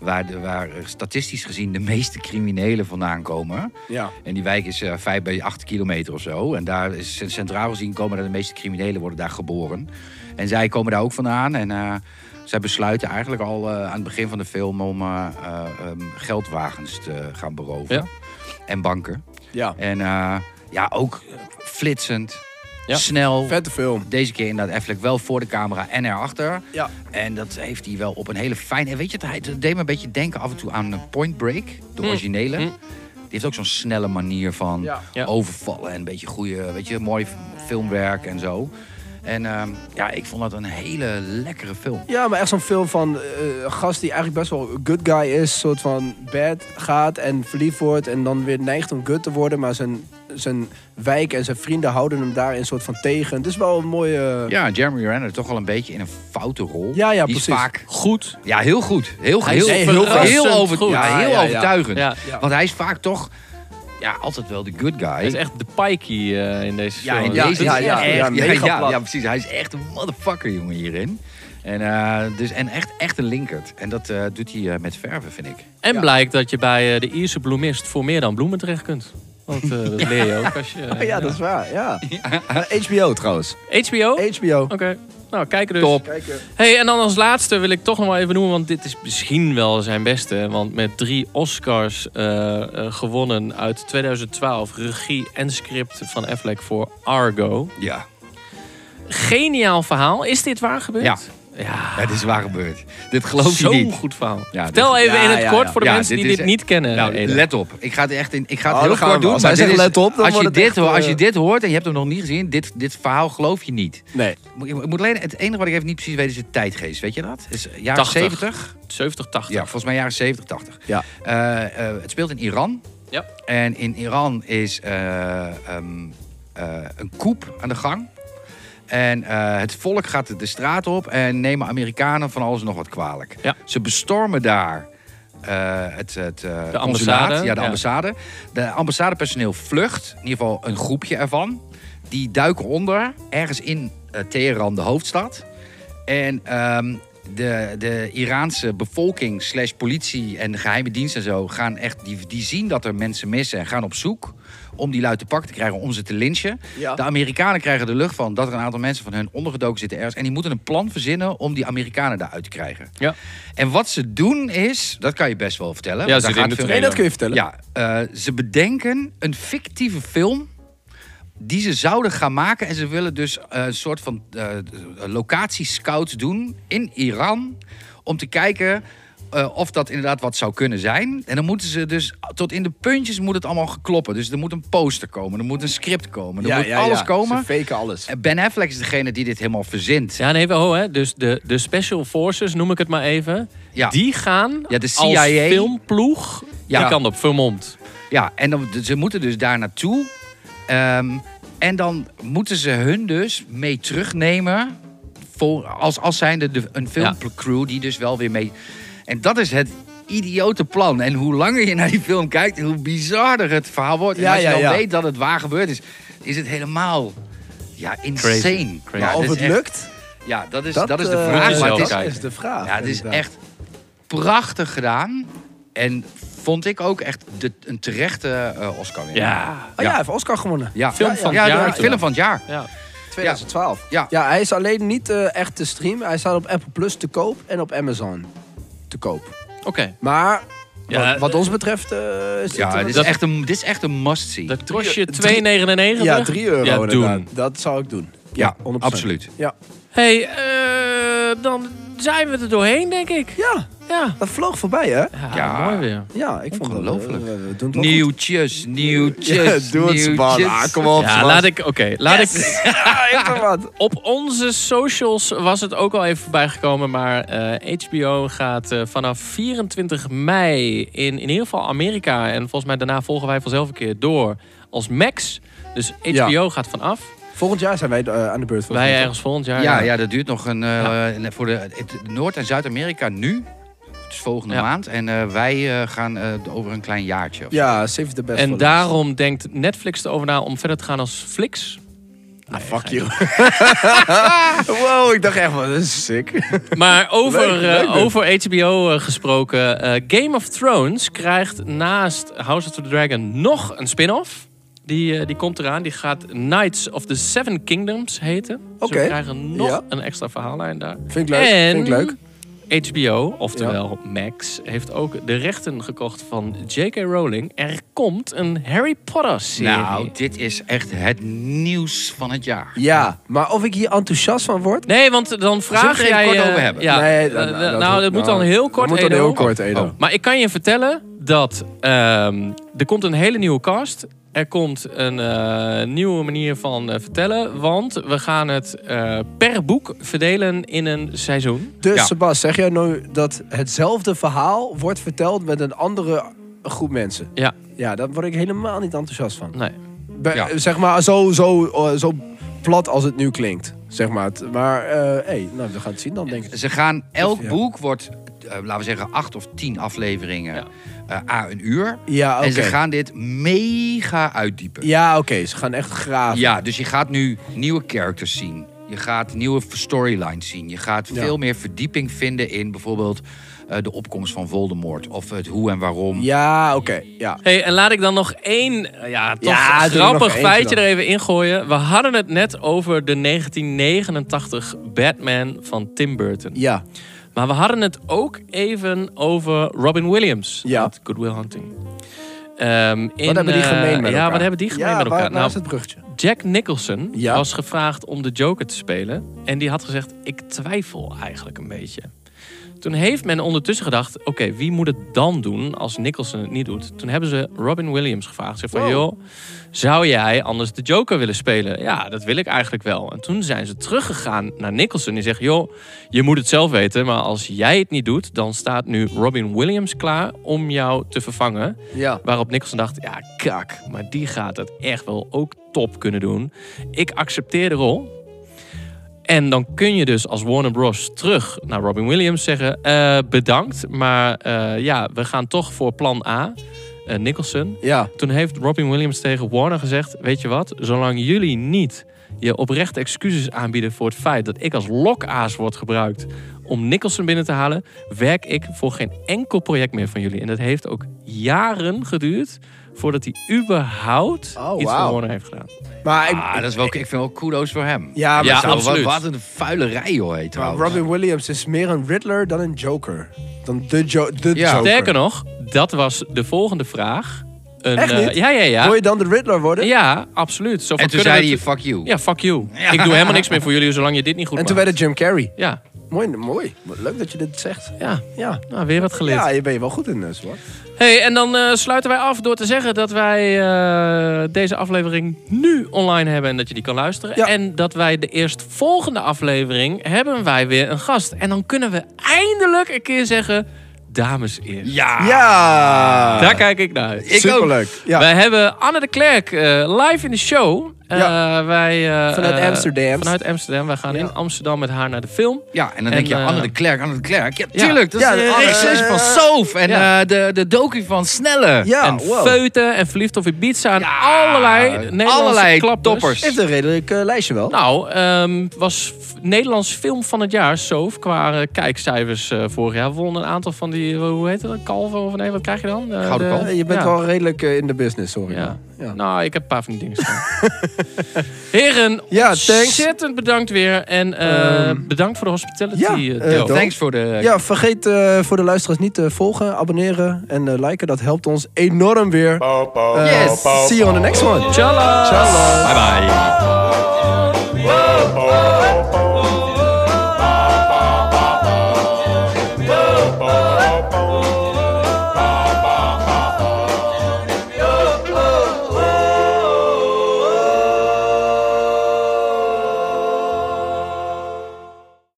[SPEAKER 6] waar, de, waar eh, statistisch gezien de meeste criminelen vandaan komen.
[SPEAKER 4] Ja.
[SPEAKER 6] En die wijk is eh 5 bij 8 kilometer of zo. En daar is centraal gezien komen daar de meeste criminelen worden daar geboren. En zij komen daar ook vandaan. En eh, zij besluiten eigenlijk al eh, aan het begin van de film om eh, eh, ehm, geldwagens te gaan beroven.
[SPEAKER 3] Ja.
[SPEAKER 6] En banken.
[SPEAKER 4] Ja.
[SPEAKER 6] En eh, ja, ook eh, flitsend,
[SPEAKER 3] Ja.
[SPEAKER 6] snel.
[SPEAKER 4] Vette film.
[SPEAKER 6] Deze keer inderdaad Affleck wel voor de camera en erachter.
[SPEAKER 4] Ja.
[SPEAKER 6] En dat heeft hij wel op een hele fijne... Weet je, het deed me een beetje denken af en toe aan eh, Point Break, de originele.
[SPEAKER 3] Hm.
[SPEAKER 6] Die heeft ook zo'n snelle manier van
[SPEAKER 4] Ja.
[SPEAKER 3] Ja.
[SPEAKER 6] overvallen en een beetje goede, weet je, mooi filmwerk en zo. En ehm, ja, ik vond dat een hele lekkere film.
[SPEAKER 4] Ja, maar echt zo'n film van eh, een gast die eigenlijk best wel een good guy is. soort van bad gaat en verliefd wordt. En dan weer neigt om good te worden. Maar zijn, zijn wijk en zijn vrienden houden hem daarin soort van tegen. Het is wel een mooie...
[SPEAKER 6] Ja, Jeremy Renner toch wel een beetje in een foute rol.
[SPEAKER 4] Ja, ja,
[SPEAKER 6] Die is
[SPEAKER 4] precies.
[SPEAKER 6] vaak
[SPEAKER 3] Goed.
[SPEAKER 6] Ja, heel goed. Heel,
[SPEAKER 4] Hij is
[SPEAKER 6] heel,
[SPEAKER 4] heel
[SPEAKER 6] heel,
[SPEAKER 4] verrassend
[SPEAKER 6] heel over,
[SPEAKER 3] goed.
[SPEAKER 6] Ja,
[SPEAKER 4] Ja,
[SPEAKER 6] heel
[SPEAKER 4] ja, ja.
[SPEAKER 6] overtuigend.
[SPEAKER 3] Ja.
[SPEAKER 4] Ja.
[SPEAKER 6] Want hij is vaak toch ja, altijd wel de good guy.
[SPEAKER 3] Hij is echt de pikey eh, in deze
[SPEAKER 6] ja,
[SPEAKER 3] film.
[SPEAKER 6] in
[SPEAKER 4] Ja,
[SPEAKER 6] deze
[SPEAKER 4] ja,
[SPEAKER 6] is
[SPEAKER 4] ja,
[SPEAKER 6] hij echt-
[SPEAKER 4] ja,
[SPEAKER 6] ja,
[SPEAKER 4] mega
[SPEAKER 6] ja,
[SPEAKER 4] plat.
[SPEAKER 6] ja, precies. Hij is echt een motherfucker, jongen, hierin. En, eh, dus, en echt, echt een linkert. En dat eh, doet hij eh, met verven, vind ik.
[SPEAKER 3] En
[SPEAKER 4] Ja.
[SPEAKER 3] blijkt dat je bij eh, de Ierse bloemist voor meer dan bloemen terecht kunt. Want eh, dat leer je ook als je... eh,
[SPEAKER 4] Ja, Oh dat is waar. Ja. Eh, HBO trouwens.
[SPEAKER 3] HBO? Oké.
[SPEAKER 4] HBO.
[SPEAKER 3] Nou, kijken dus.
[SPEAKER 6] Top.
[SPEAKER 4] Kijken.
[SPEAKER 3] Hey, en dan als laatste wil ik toch nog wel even noemen, want dit is misschien wel zijn beste. Want met drie Oscars eh, eh, gewonnen uit 2012, regie en script van Affleck voor Argo.
[SPEAKER 6] Ja.
[SPEAKER 3] Geniaal verhaal. Is dit waar gebeurd?
[SPEAKER 6] Ja.
[SPEAKER 3] Ja,
[SPEAKER 6] ja, dit is waar gebeurd. Dit geloof je
[SPEAKER 3] zo'n
[SPEAKER 6] niet.
[SPEAKER 3] goed verhaal.
[SPEAKER 6] Ja,
[SPEAKER 3] Vertel
[SPEAKER 6] dit-
[SPEAKER 3] even
[SPEAKER 4] ja,
[SPEAKER 3] in het
[SPEAKER 4] ja,
[SPEAKER 3] kort
[SPEAKER 4] ja.
[SPEAKER 3] voor de
[SPEAKER 6] Ja,
[SPEAKER 3] mensen
[SPEAKER 6] dit
[SPEAKER 3] die dit
[SPEAKER 6] is-
[SPEAKER 3] niet kennen.
[SPEAKER 6] Nou,
[SPEAKER 3] Eden.
[SPEAKER 6] let op. Ik ga het echt in. Ik ga het
[SPEAKER 4] Oh,
[SPEAKER 6] heel
[SPEAKER 4] dan gaan
[SPEAKER 6] kort
[SPEAKER 4] we.
[SPEAKER 6] doen.
[SPEAKER 4] Als hij
[SPEAKER 6] maar dit
[SPEAKER 4] zegt
[SPEAKER 6] is-
[SPEAKER 4] let op, dan
[SPEAKER 6] als je,
[SPEAKER 4] wordt het
[SPEAKER 6] dit,
[SPEAKER 4] echt,
[SPEAKER 6] hoor- als je
[SPEAKER 4] eh,
[SPEAKER 6] dit hoort en je hebt hem nog niet gezien, dit, dit verhaal geloof je niet.
[SPEAKER 4] Nee.
[SPEAKER 6] Moet- Ik moet alleen, het enige wat ik even niet precies weet is de tijdgeest. Weet je dat? Is eh, jaren
[SPEAKER 3] 80.
[SPEAKER 6] 70?
[SPEAKER 3] 70, 80.
[SPEAKER 6] Ja, volgens mij jaren 70, 80.
[SPEAKER 4] Ja.
[SPEAKER 6] Eh, eh, het speelt in Iran.
[SPEAKER 3] Ja.
[SPEAKER 6] En in Iran is eh, ehm, eh, een coup aan de gang. En eh, het volk gaat de straat op en nemen Amerikanen van alles en nog wat kwalijk.
[SPEAKER 3] Ja.
[SPEAKER 6] Ze bestormen daar eh, het, het eh,
[SPEAKER 3] De
[SPEAKER 6] consulaat,
[SPEAKER 3] ambassade,
[SPEAKER 6] Ja, de
[SPEAKER 3] ja.
[SPEAKER 6] ambassade. De ambassadepersoneel vlucht, in ieder geval een groepje ervan. Die duiken onder, ergens in eh, Teheran, de hoofdstad. En ehm, de, de Iraanse bevolking, slash politie en de geheime dienst en zo, gaan echt, die, die zien dat er mensen missen en gaan op zoek om die lui te pakken te krijgen, om ze te lynchen.
[SPEAKER 4] Ja.
[SPEAKER 6] De Amerikanen krijgen de lucht van dat er een aantal mensen van hun ondergedoken zitten ergens. En die moeten een plan verzinnen om die Amerikanen daaruit te krijgen.
[SPEAKER 3] Ja.
[SPEAKER 6] En wat ze doen is, dat kan je best wel vertellen. want
[SPEAKER 3] zit
[SPEAKER 6] daar
[SPEAKER 3] in
[SPEAKER 6] gaat
[SPEAKER 3] de
[SPEAKER 6] veel-
[SPEAKER 4] Nee, dat kun je vertellen.
[SPEAKER 6] Ja, eh, ze bedenken een fictieve film die ze zouden gaan maken. En ze willen dus eh, een soort van eh locatiescouts doen in Iran. Om te kijken eh, of dat inderdaad wat zou kunnen zijn. En dan moeten ze dus, tot in de puntjes moet het allemaal gekloppen. Dus er moet een poster komen, er moet een script komen, er
[SPEAKER 4] Ja,
[SPEAKER 6] moet
[SPEAKER 4] ja,
[SPEAKER 6] alles
[SPEAKER 4] ja.
[SPEAKER 6] komen.
[SPEAKER 4] Ze faken alles.
[SPEAKER 6] En Ben Affleck is degene die dit helemaal verzint.
[SPEAKER 3] Ja, nee, wel, hè. Dus de, de Special Forces, noem ik het maar even.
[SPEAKER 6] Ja.
[SPEAKER 3] Die gaan
[SPEAKER 6] Ja, de
[SPEAKER 3] als
[SPEAKER 6] CIA.
[SPEAKER 3] filmploeg
[SPEAKER 6] Ja.
[SPEAKER 3] die kant op, vermomd.
[SPEAKER 6] Ja, en dan, ze moeten dus daar naartoe. Ehm, en dan moeten ze hun dus mee terugnemen. Voor, als, als zijnde de, een filmcrew die dus wel weer mee... En dat is het idiote plan. En hoe langer je naar die film kijkt, hoe bizarder het verhaal wordt.
[SPEAKER 4] Ja,
[SPEAKER 6] en als je
[SPEAKER 4] ja,
[SPEAKER 6] dan
[SPEAKER 4] ja.
[SPEAKER 6] weet dat het waar gebeurd is, is het helemaal... Ja, insane.
[SPEAKER 3] Crazy.
[SPEAKER 6] Ja,
[SPEAKER 4] maar
[SPEAKER 6] dat
[SPEAKER 4] of
[SPEAKER 6] is
[SPEAKER 4] het
[SPEAKER 6] echt-
[SPEAKER 4] lukt,
[SPEAKER 6] Ja, dat is,
[SPEAKER 4] dat,
[SPEAKER 6] dat, is de
[SPEAKER 4] eh,
[SPEAKER 6] vraag.
[SPEAKER 3] je
[SPEAKER 6] maar
[SPEAKER 3] zelf
[SPEAKER 6] het
[SPEAKER 4] dat
[SPEAKER 6] is,
[SPEAKER 3] kijken.
[SPEAKER 4] is de vraag.
[SPEAKER 6] ja, het is
[SPEAKER 4] inderdaad.
[SPEAKER 6] echt prachtig gedaan. En vond ik ook echt de, een terechte eh, Oscar winnaar.
[SPEAKER 3] Ja.
[SPEAKER 4] Oh ja, hij heeft Oscar gewonnen.
[SPEAKER 6] Ja.
[SPEAKER 3] Film van
[SPEAKER 6] ja,
[SPEAKER 3] het
[SPEAKER 6] de
[SPEAKER 3] jaar.
[SPEAKER 6] film van het jaar.
[SPEAKER 3] ja.
[SPEAKER 4] 2012.
[SPEAKER 6] Ja.
[SPEAKER 4] hij is alleen niet eh, echt te streamen. Hij staat op Apple Plus te koop en op Amazon te koop.
[SPEAKER 3] Oké.
[SPEAKER 4] Maar
[SPEAKER 3] Ja,
[SPEAKER 4] wat, wat
[SPEAKER 3] eh,
[SPEAKER 4] ons betreft eh, is
[SPEAKER 6] Ja,
[SPEAKER 4] het...
[SPEAKER 6] dit is,
[SPEAKER 3] dat-
[SPEAKER 6] echt een, dit is echt een must-see.
[SPEAKER 3] Dat kost je 2,99?
[SPEAKER 4] ja, 3 euro
[SPEAKER 3] Ja,
[SPEAKER 4] inderdaad.
[SPEAKER 3] doen.
[SPEAKER 4] Dat zou ik doen.
[SPEAKER 6] ja,
[SPEAKER 4] 100%.
[SPEAKER 6] absoluut.
[SPEAKER 4] Ja.
[SPEAKER 3] hey, eh, dan zijn we er doorheen, denk ik.
[SPEAKER 4] ja,
[SPEAKER 3] Ja.
[SPEAKER 4] dat vloog voorbij, hè?
[SPEAKER 3] Ja,
[SPEAKER 6] Ja.
[SPEAKER 3] mooi weer.
[SPEAKER 4] Ja, ik vond het eh,
[SPEAKER 6] Ongelooflijk.
[SPEAKER 4] We, we doen het wel goed.
[SPEAKER 6] Nieuwtjes, nieuwtjes,
[SPEAKER 4] Ja, doe het, Span.
[SPEAKER 6] nieuwtjes.
[SPEAKER 4] Ah, kom op,
[SPEAKER 3] Ja,
[SPEAKER 4] Span.
[SPEAKER 3] laat ik... Oké, laat ik...
[SPEAKER 4] Ja, ik doe wat.
[SPEAKER 3] Op onze socials was het ook al even voorbij gekomen, maar eh, HBO gaat eh, vanaf 24 mei in in ieder geval Amerika en volgens mij daarna volgen wij vanzelf een keer door als Max. Dus HBO
[SPEAKER 4] Ja.
[SPEAKER 3] gaat vanaf.
[SPEAKER 4] Volgend jaar zijn wij eh, aan de beurt. volgens
[SPEAKER 3] Wij
[SPEAKER 4] mij, toch?
[SPEAKER 3] ergens volgend jaar.
[SPEAKER 6] Ja, ja, dat duurt nog een... eh, een- Voor de, het- Noord- en Zuid-Amerika nu. Het is volgende
[SPEAKER 3] Ja.
[SPEAKER 6] maand. En eh, wij eh, gaan eh, over een klein jaartje. of zo.
[SPEAKER 4] Ja, save the best for
[SPEAKER 3] En
[SPEAKER 4] last.
[SPEAKER 3] daarom denkt Netflix erover na om verder te gaan als Flix.
[SPEAKER 4] Ah, fuck you. wow, ik dacht echt, wat dat is sick.
[SPEAKER 3] Maar over,
[SPEAKER 4] Leuk, leuk
[SPEAKER 3] eh,
[SPEAKER 4] dit.
[SPEAKER 3] over HBO eh, gesproken. eh, Game of Thrones krijgt naast House of the Dragon nog een spin-off. Die, eh, die komt eraan. Die gaat Knights of the Seven Kingdoms heten. Dus
[SPEAKER 4] Oké.
[SPEAKER 3] we krijgen nog
[SPEAKER 4] Ja.
[SPEAKER 3] een extra verhaallijn daar.
[SPEAKER 4] Vind ik leuk,
[SPEAKER 3] En
[SPEAKER 4] vind ik leuk.
[SPEAKER 3] HBO, oftewel Max, heeft ook de rechten gekocht van J.K. Rowling. Er komt een Harry Potter serie.
[SPEAKER 6] Nou, dit is echt het nieuws van het jaar.
[SPEAKER 4] Ja, maar of ik hier enthousiast van word?
[SPEAKER 3] Nee, want dan
[SPEAKER 6] Zullen we
[SPEAKER 3] vraag
[SPEAKER 6] het er
[SPEAKER 3] jij...
[SPEAKER 6] even kort
[SPEAKER 3] eh,
[SPEAKER 6] over hebben?
[SPEAKER 3] Ja,
[SPEAKER 4] Nee,
[SPEAKER 3] eh,
[SPEAKER 4] dat-
[SPEAKER 3] eh,
[SPEAKER 4] dat-
[SPEAKER 3] nou, dat moet dan heel kort,
[SPEAKER 4] Dat moet dan
[SPEAKER 3] Edo.
[SPEAKER 4] heel kort, Edo.
[SPEAKER 6] Oh.
[SPEAKER 3] Maar ik kan je vertellen dat ehm, er komt een hele nieuwe cast. Er komt een eh, nieuwe manier van eh, vertellen. Want we gaan het eh, per boek verdelen in een seizoen.
[SPEAKER 4] Dus
[SPEAKER 6] Ja.
[SPEAKER 4] Sebas, zeg jij nou dat hetzelfde verhaal wordt verteld met een andere groep mensen?
[SPEAKER 3] Ja,
[SPEAKER 4] Ja, daar word ik helemaal niet enthousiast van.
[SPEAKER 3] nee.
[SPEAKER 4] Be-
[SPEAKER 6] Ja.
[SPEAKER 4] Zeg maar zo, zo, eh, zo plat als het nu klinkt. Zeg maar. Het- Maar eh hey, nou, we gaan het zien dan, denk ik.
[SPEAKER 6] Ze gaan, elk
[SPEAKER 4] Ja.
[SPEAKER 6] boek wordt, eh, laten we zeggen, acht of tien afleveringen
[SPEAKER 3] Ja.
[SPEAKER 6] eh, à een uur.
[SPEAKER 4] Ja, oké.
[SPEAKER 6] En ze gaan dit mega uitdiepen.
[SPEAKER 4] Ja, oké. Ze gaan echt graven.
[SPEAKER 6] Ja, dus je gaat nu nieuwe characters zien. Je gaat nieuwe storylines zien. Je gaat
[SPEAKER 4] Ja.
[SPEAKER 6] veel meer verdieping vinden in bijvoorbeeld eh, de opkomst van Voldemort. Of het hoe en waarom.
[SPEAKER 4] Ja, oké. Ja.
[SPEAKER 3] Hey, en laat ik dan nog één eh, ja, toch
[SPEAKER 4] Ja, doe er nog
[SPEAKER 3] grappig
[SPEAKER 4] eentje
[SPEAKER 3] feitje
[SPEAKER 4] dan.
[SPEAKER 3] er even ingooien. We hadden het net over de 1989 Batman van Tim Burton.
[SPEAKER 4] Ja.
[SPEAKER 3] Maar we hadden het ook even over Robin Williams.
[SPEAKER 4] Ja.
[SPEAKER 3] uit Good Will Hunting. Ehm, in,
[SPEAKER 4] Wat hebben die
[SPEAKER 3] eh,
[SPEAKER 4] gemeen met
[SPEAKER 3] Ja,
[SPEAKER 4] elkaar?
[SPEAKER 3] wat hebben die gemeen
[SPEAKER 4] Ja,
[SPEAKER 3] met elkaar?
[SPEAKER 4] Waar, waar
[SPEAKER 3] nou,
[SPEAKER 4] is het bruggetje?
[SPEAKER 3] Jack Nicholson
[SPEAKER 4] Ja.
[SPEAKER 3] was gevraagd om de Joker te spelen. En die had gezegd, ik twijfel eigenlijk een beetje. Toen heeft men ondertussen gedacht, oké, wie moet het dan doen als Nicholson het niet doet? Toen hebben ze Robin Williams gevraagd. Ze van, joh, zou jij anders de Joker willen spelen? Ja, dat wil ik eigenlijk wel. En toen zijn ze teruggegaan naar Nicholson. Die zegt, joh, je moet het zelf weten, maar als jij het niet doet... dan staat nu Robin Williams klaar om jou te vervangen.
[SPEAKER 4] Ja.
[SPEAKER 3] Waarop Nicholson dacht, ja kak, maar die gaat het echt wel ook top kunnen doen. Ik accepteer de rol. En dan kun je dus als Warner Bros. terug naar Robin Williams zeggen... eh, bedankt, maar eh, ja, we gaan toch voor plan A, eh, Nicholson.
[SPEAKER 4] Ja.
[SPEAKER 3] Toen heeft Robin Williams tegen Warner gezegd... weet je wat, zolang jullie niet je oprecht excuses aanbieden... voor het feit dat ik als lokaas word gebruikt om Nicholson binnen te halen... werk ik voor geen enkel project meer van jullie. En dat heeft ook jaren geduurd... voordat hij überhaupt
[SPEAKER 4] Oh,
[SPEAKER 3] iets van
[SPEAKER 4] wauw.
[SPEAKER 3] Warner heeft gedaan.
[SPEAKER 4] Maar ik,
[SPEAKER 6] Ah, dat is wel, ik vind wel kudo's voor hem.
[SPEAKER 4] Ja, maar
[SPEAKER 3] Ja,
[SPEAKER 6] Zo, wat-
[SPEAKER 3] absoluut.
[SPEAKER 6] Wat, een vuile rij hoor, heet
[SPEAKER 4] maar
[SPEAKER 6] trouwens.
[SPEAKER 4] Robin Williams is meer een Riddler dan een Joker. Dan de, jo de
[SPEAKER 6] Ja.
[SPEAKER 4] Joker.
[SPEAKER 3] Sterker nog, dat was de volgende vraag. Een,
[SPEAKER 4] Echt
[SPEAKER 3] eh,
[SPEAKER 4] niet?
[SPEAKER 3] ja, ja, ja.
[SPEAKER 4] Wil je dan de Riddler worden?
[SPEAKER 3] Ja, absoluut. Zo van,
[SPEAKER 6] En toen
[SPEAKER 3] kunnen we
[SPEAKER 6] zei hij,
[SPEAKER 3] het-
[SPEAKER 6] fuck you.
[SPEAKER 3] Ja, fuck you. Ik doe helemaal niks meer voor jullie zolang je dit niet goed
[SPEAKER 4] En toen
[SPEAKER 3] maakt.
[SPEAKER 4] werd het Jim Carrey.
[SPEAKER 3] Ja,
[SPEAKER 4] Mooi, mooi. Leuk dat je dit zegt.
[SPEAKER 3] ja.
[SPEAKER 4] Ja.
[SPEAKER 3] Nou, weer wat geleerd.
[SPEAKER 4] Ja, je ben je wel goed in, eh, Swart.
[SPEAKER 3] Hey, en dan eh, sluiten wij af door te zeggen dat wij eh, deze aflevering nu online hebben en dat je die kan luisteren.
[SPEAKER 4] Ja.
[SPEAKER 3] En dat wij de eerstvolgende aflevering hebben wij weer een gast. En dan kunnen we eindelijk een keer zeggen, dames eerst.
[SPEAKER 6] Ja.
[SPEAKER 4] Ja!
[SPEAKER 3] Daar kijk Ah. ik naar uit.
[SPEAKER 6] Ik ook.
[SPEAKER 4] Superleuk. Ja.
[SPEAKER 3] Wij hebben Anne de Klerk eh, live in de show. Eh, wij, eh,
[SPEAKER 4] Vanuit
[SPEAKER 3] eh,
[SPEAKER 4] Amsterdam.
[SPEAKER 3] Vanuit Amsterdam. Wij gaan in Amsterdam met haar naar de film.
[SPEAKER 6] Ja, en dan
[SPEAKER 3] En,
[SPEAKER 6] denk je,
[SPEAKER 3] eh,
[SPEAKER 6] Anne de Klerk, Anne de Klerk. Ja,
[SPEAKER 3] Ja.
[SPEAKER 6] tuurlijk. Dat
[SPEAKER 4] Ja,
[SPEAKER 6] is de
[SPEAKER 4] Anne-
[SPEAKER 6] regisseur van Soof en
[SPEAKER 3] Ja.
[SPEAKER 6] eh, de, de docu van Snelle.
[SPEAKER 4] Ja,
[SPEAKER 3] en
[SPEAKER 4] wow.
[SPEAKER 3] feuten en verliefd op Ibiza. En
[SPEAKER 6] Ja,
[SPEAKER 3] allerlei Nederlandse
[SPEAKER 6] allerlei
[SPEAKER 3] klapdeurs.
[SPEAKER 6] toppers.
[SPEAKER 4] Heeft een redelijk eh, lijstje wel.
[SPEAKER 3] Nou, ehm, was f- Nederlands film van het jaar, Soof, qua eh, kijkcijfers eh, vorig jaar. Won een aantal van die, eh, hoe heet dat, kalven of nee, wat krijg je dan? Eh,
[SPEAKER 6] Gouden
[SPEAKER 3] de-
[SPEAKER 6] kalf.
[SPEAKER 4] Eh, je bent
[SPEAKER 3] ja.
[SPEAKER 4] wel redelijk eh, in de business, sorry.
[SPEAKER 3] Ja.
[SPEAKER 4] Ja.
[SPEAKER 3] Nou, ik heb een paar van die dingen staan. Heren,
[SPEAKER 4] Ja, thanks. Ehm,
[SPEAKER 3] ontzettend bedankt weer. En eh, bedankt voor de hospitality.
[SPEAKER 4] ja,
[SPEAKER 3] eh,
[SPEAKER 4] eh,
[SPEAKER 3] Theo.
[SPEAKER 4] Doe.
[SPEAKER 6] Thanks voor de...
[SPEAKER 4] Ja, vergeet eh, voor de luisteraars niet te volgen, abonneren en eh, liken. Dat helpt ons enorm weer.
[SPEAKER 2] Bow, bow,
[SPEAKER 4] Eh,
[SPEAKER 2] bow,
[SPEAKER 6] Yes.
[SPEAKER 2] bow,
[SPEAKER 4] See you on the next one.
[SPEAKER 3] Tjallas.
[SPEAKER 4] Ciao.
[SPEAKER 6] Bye bye.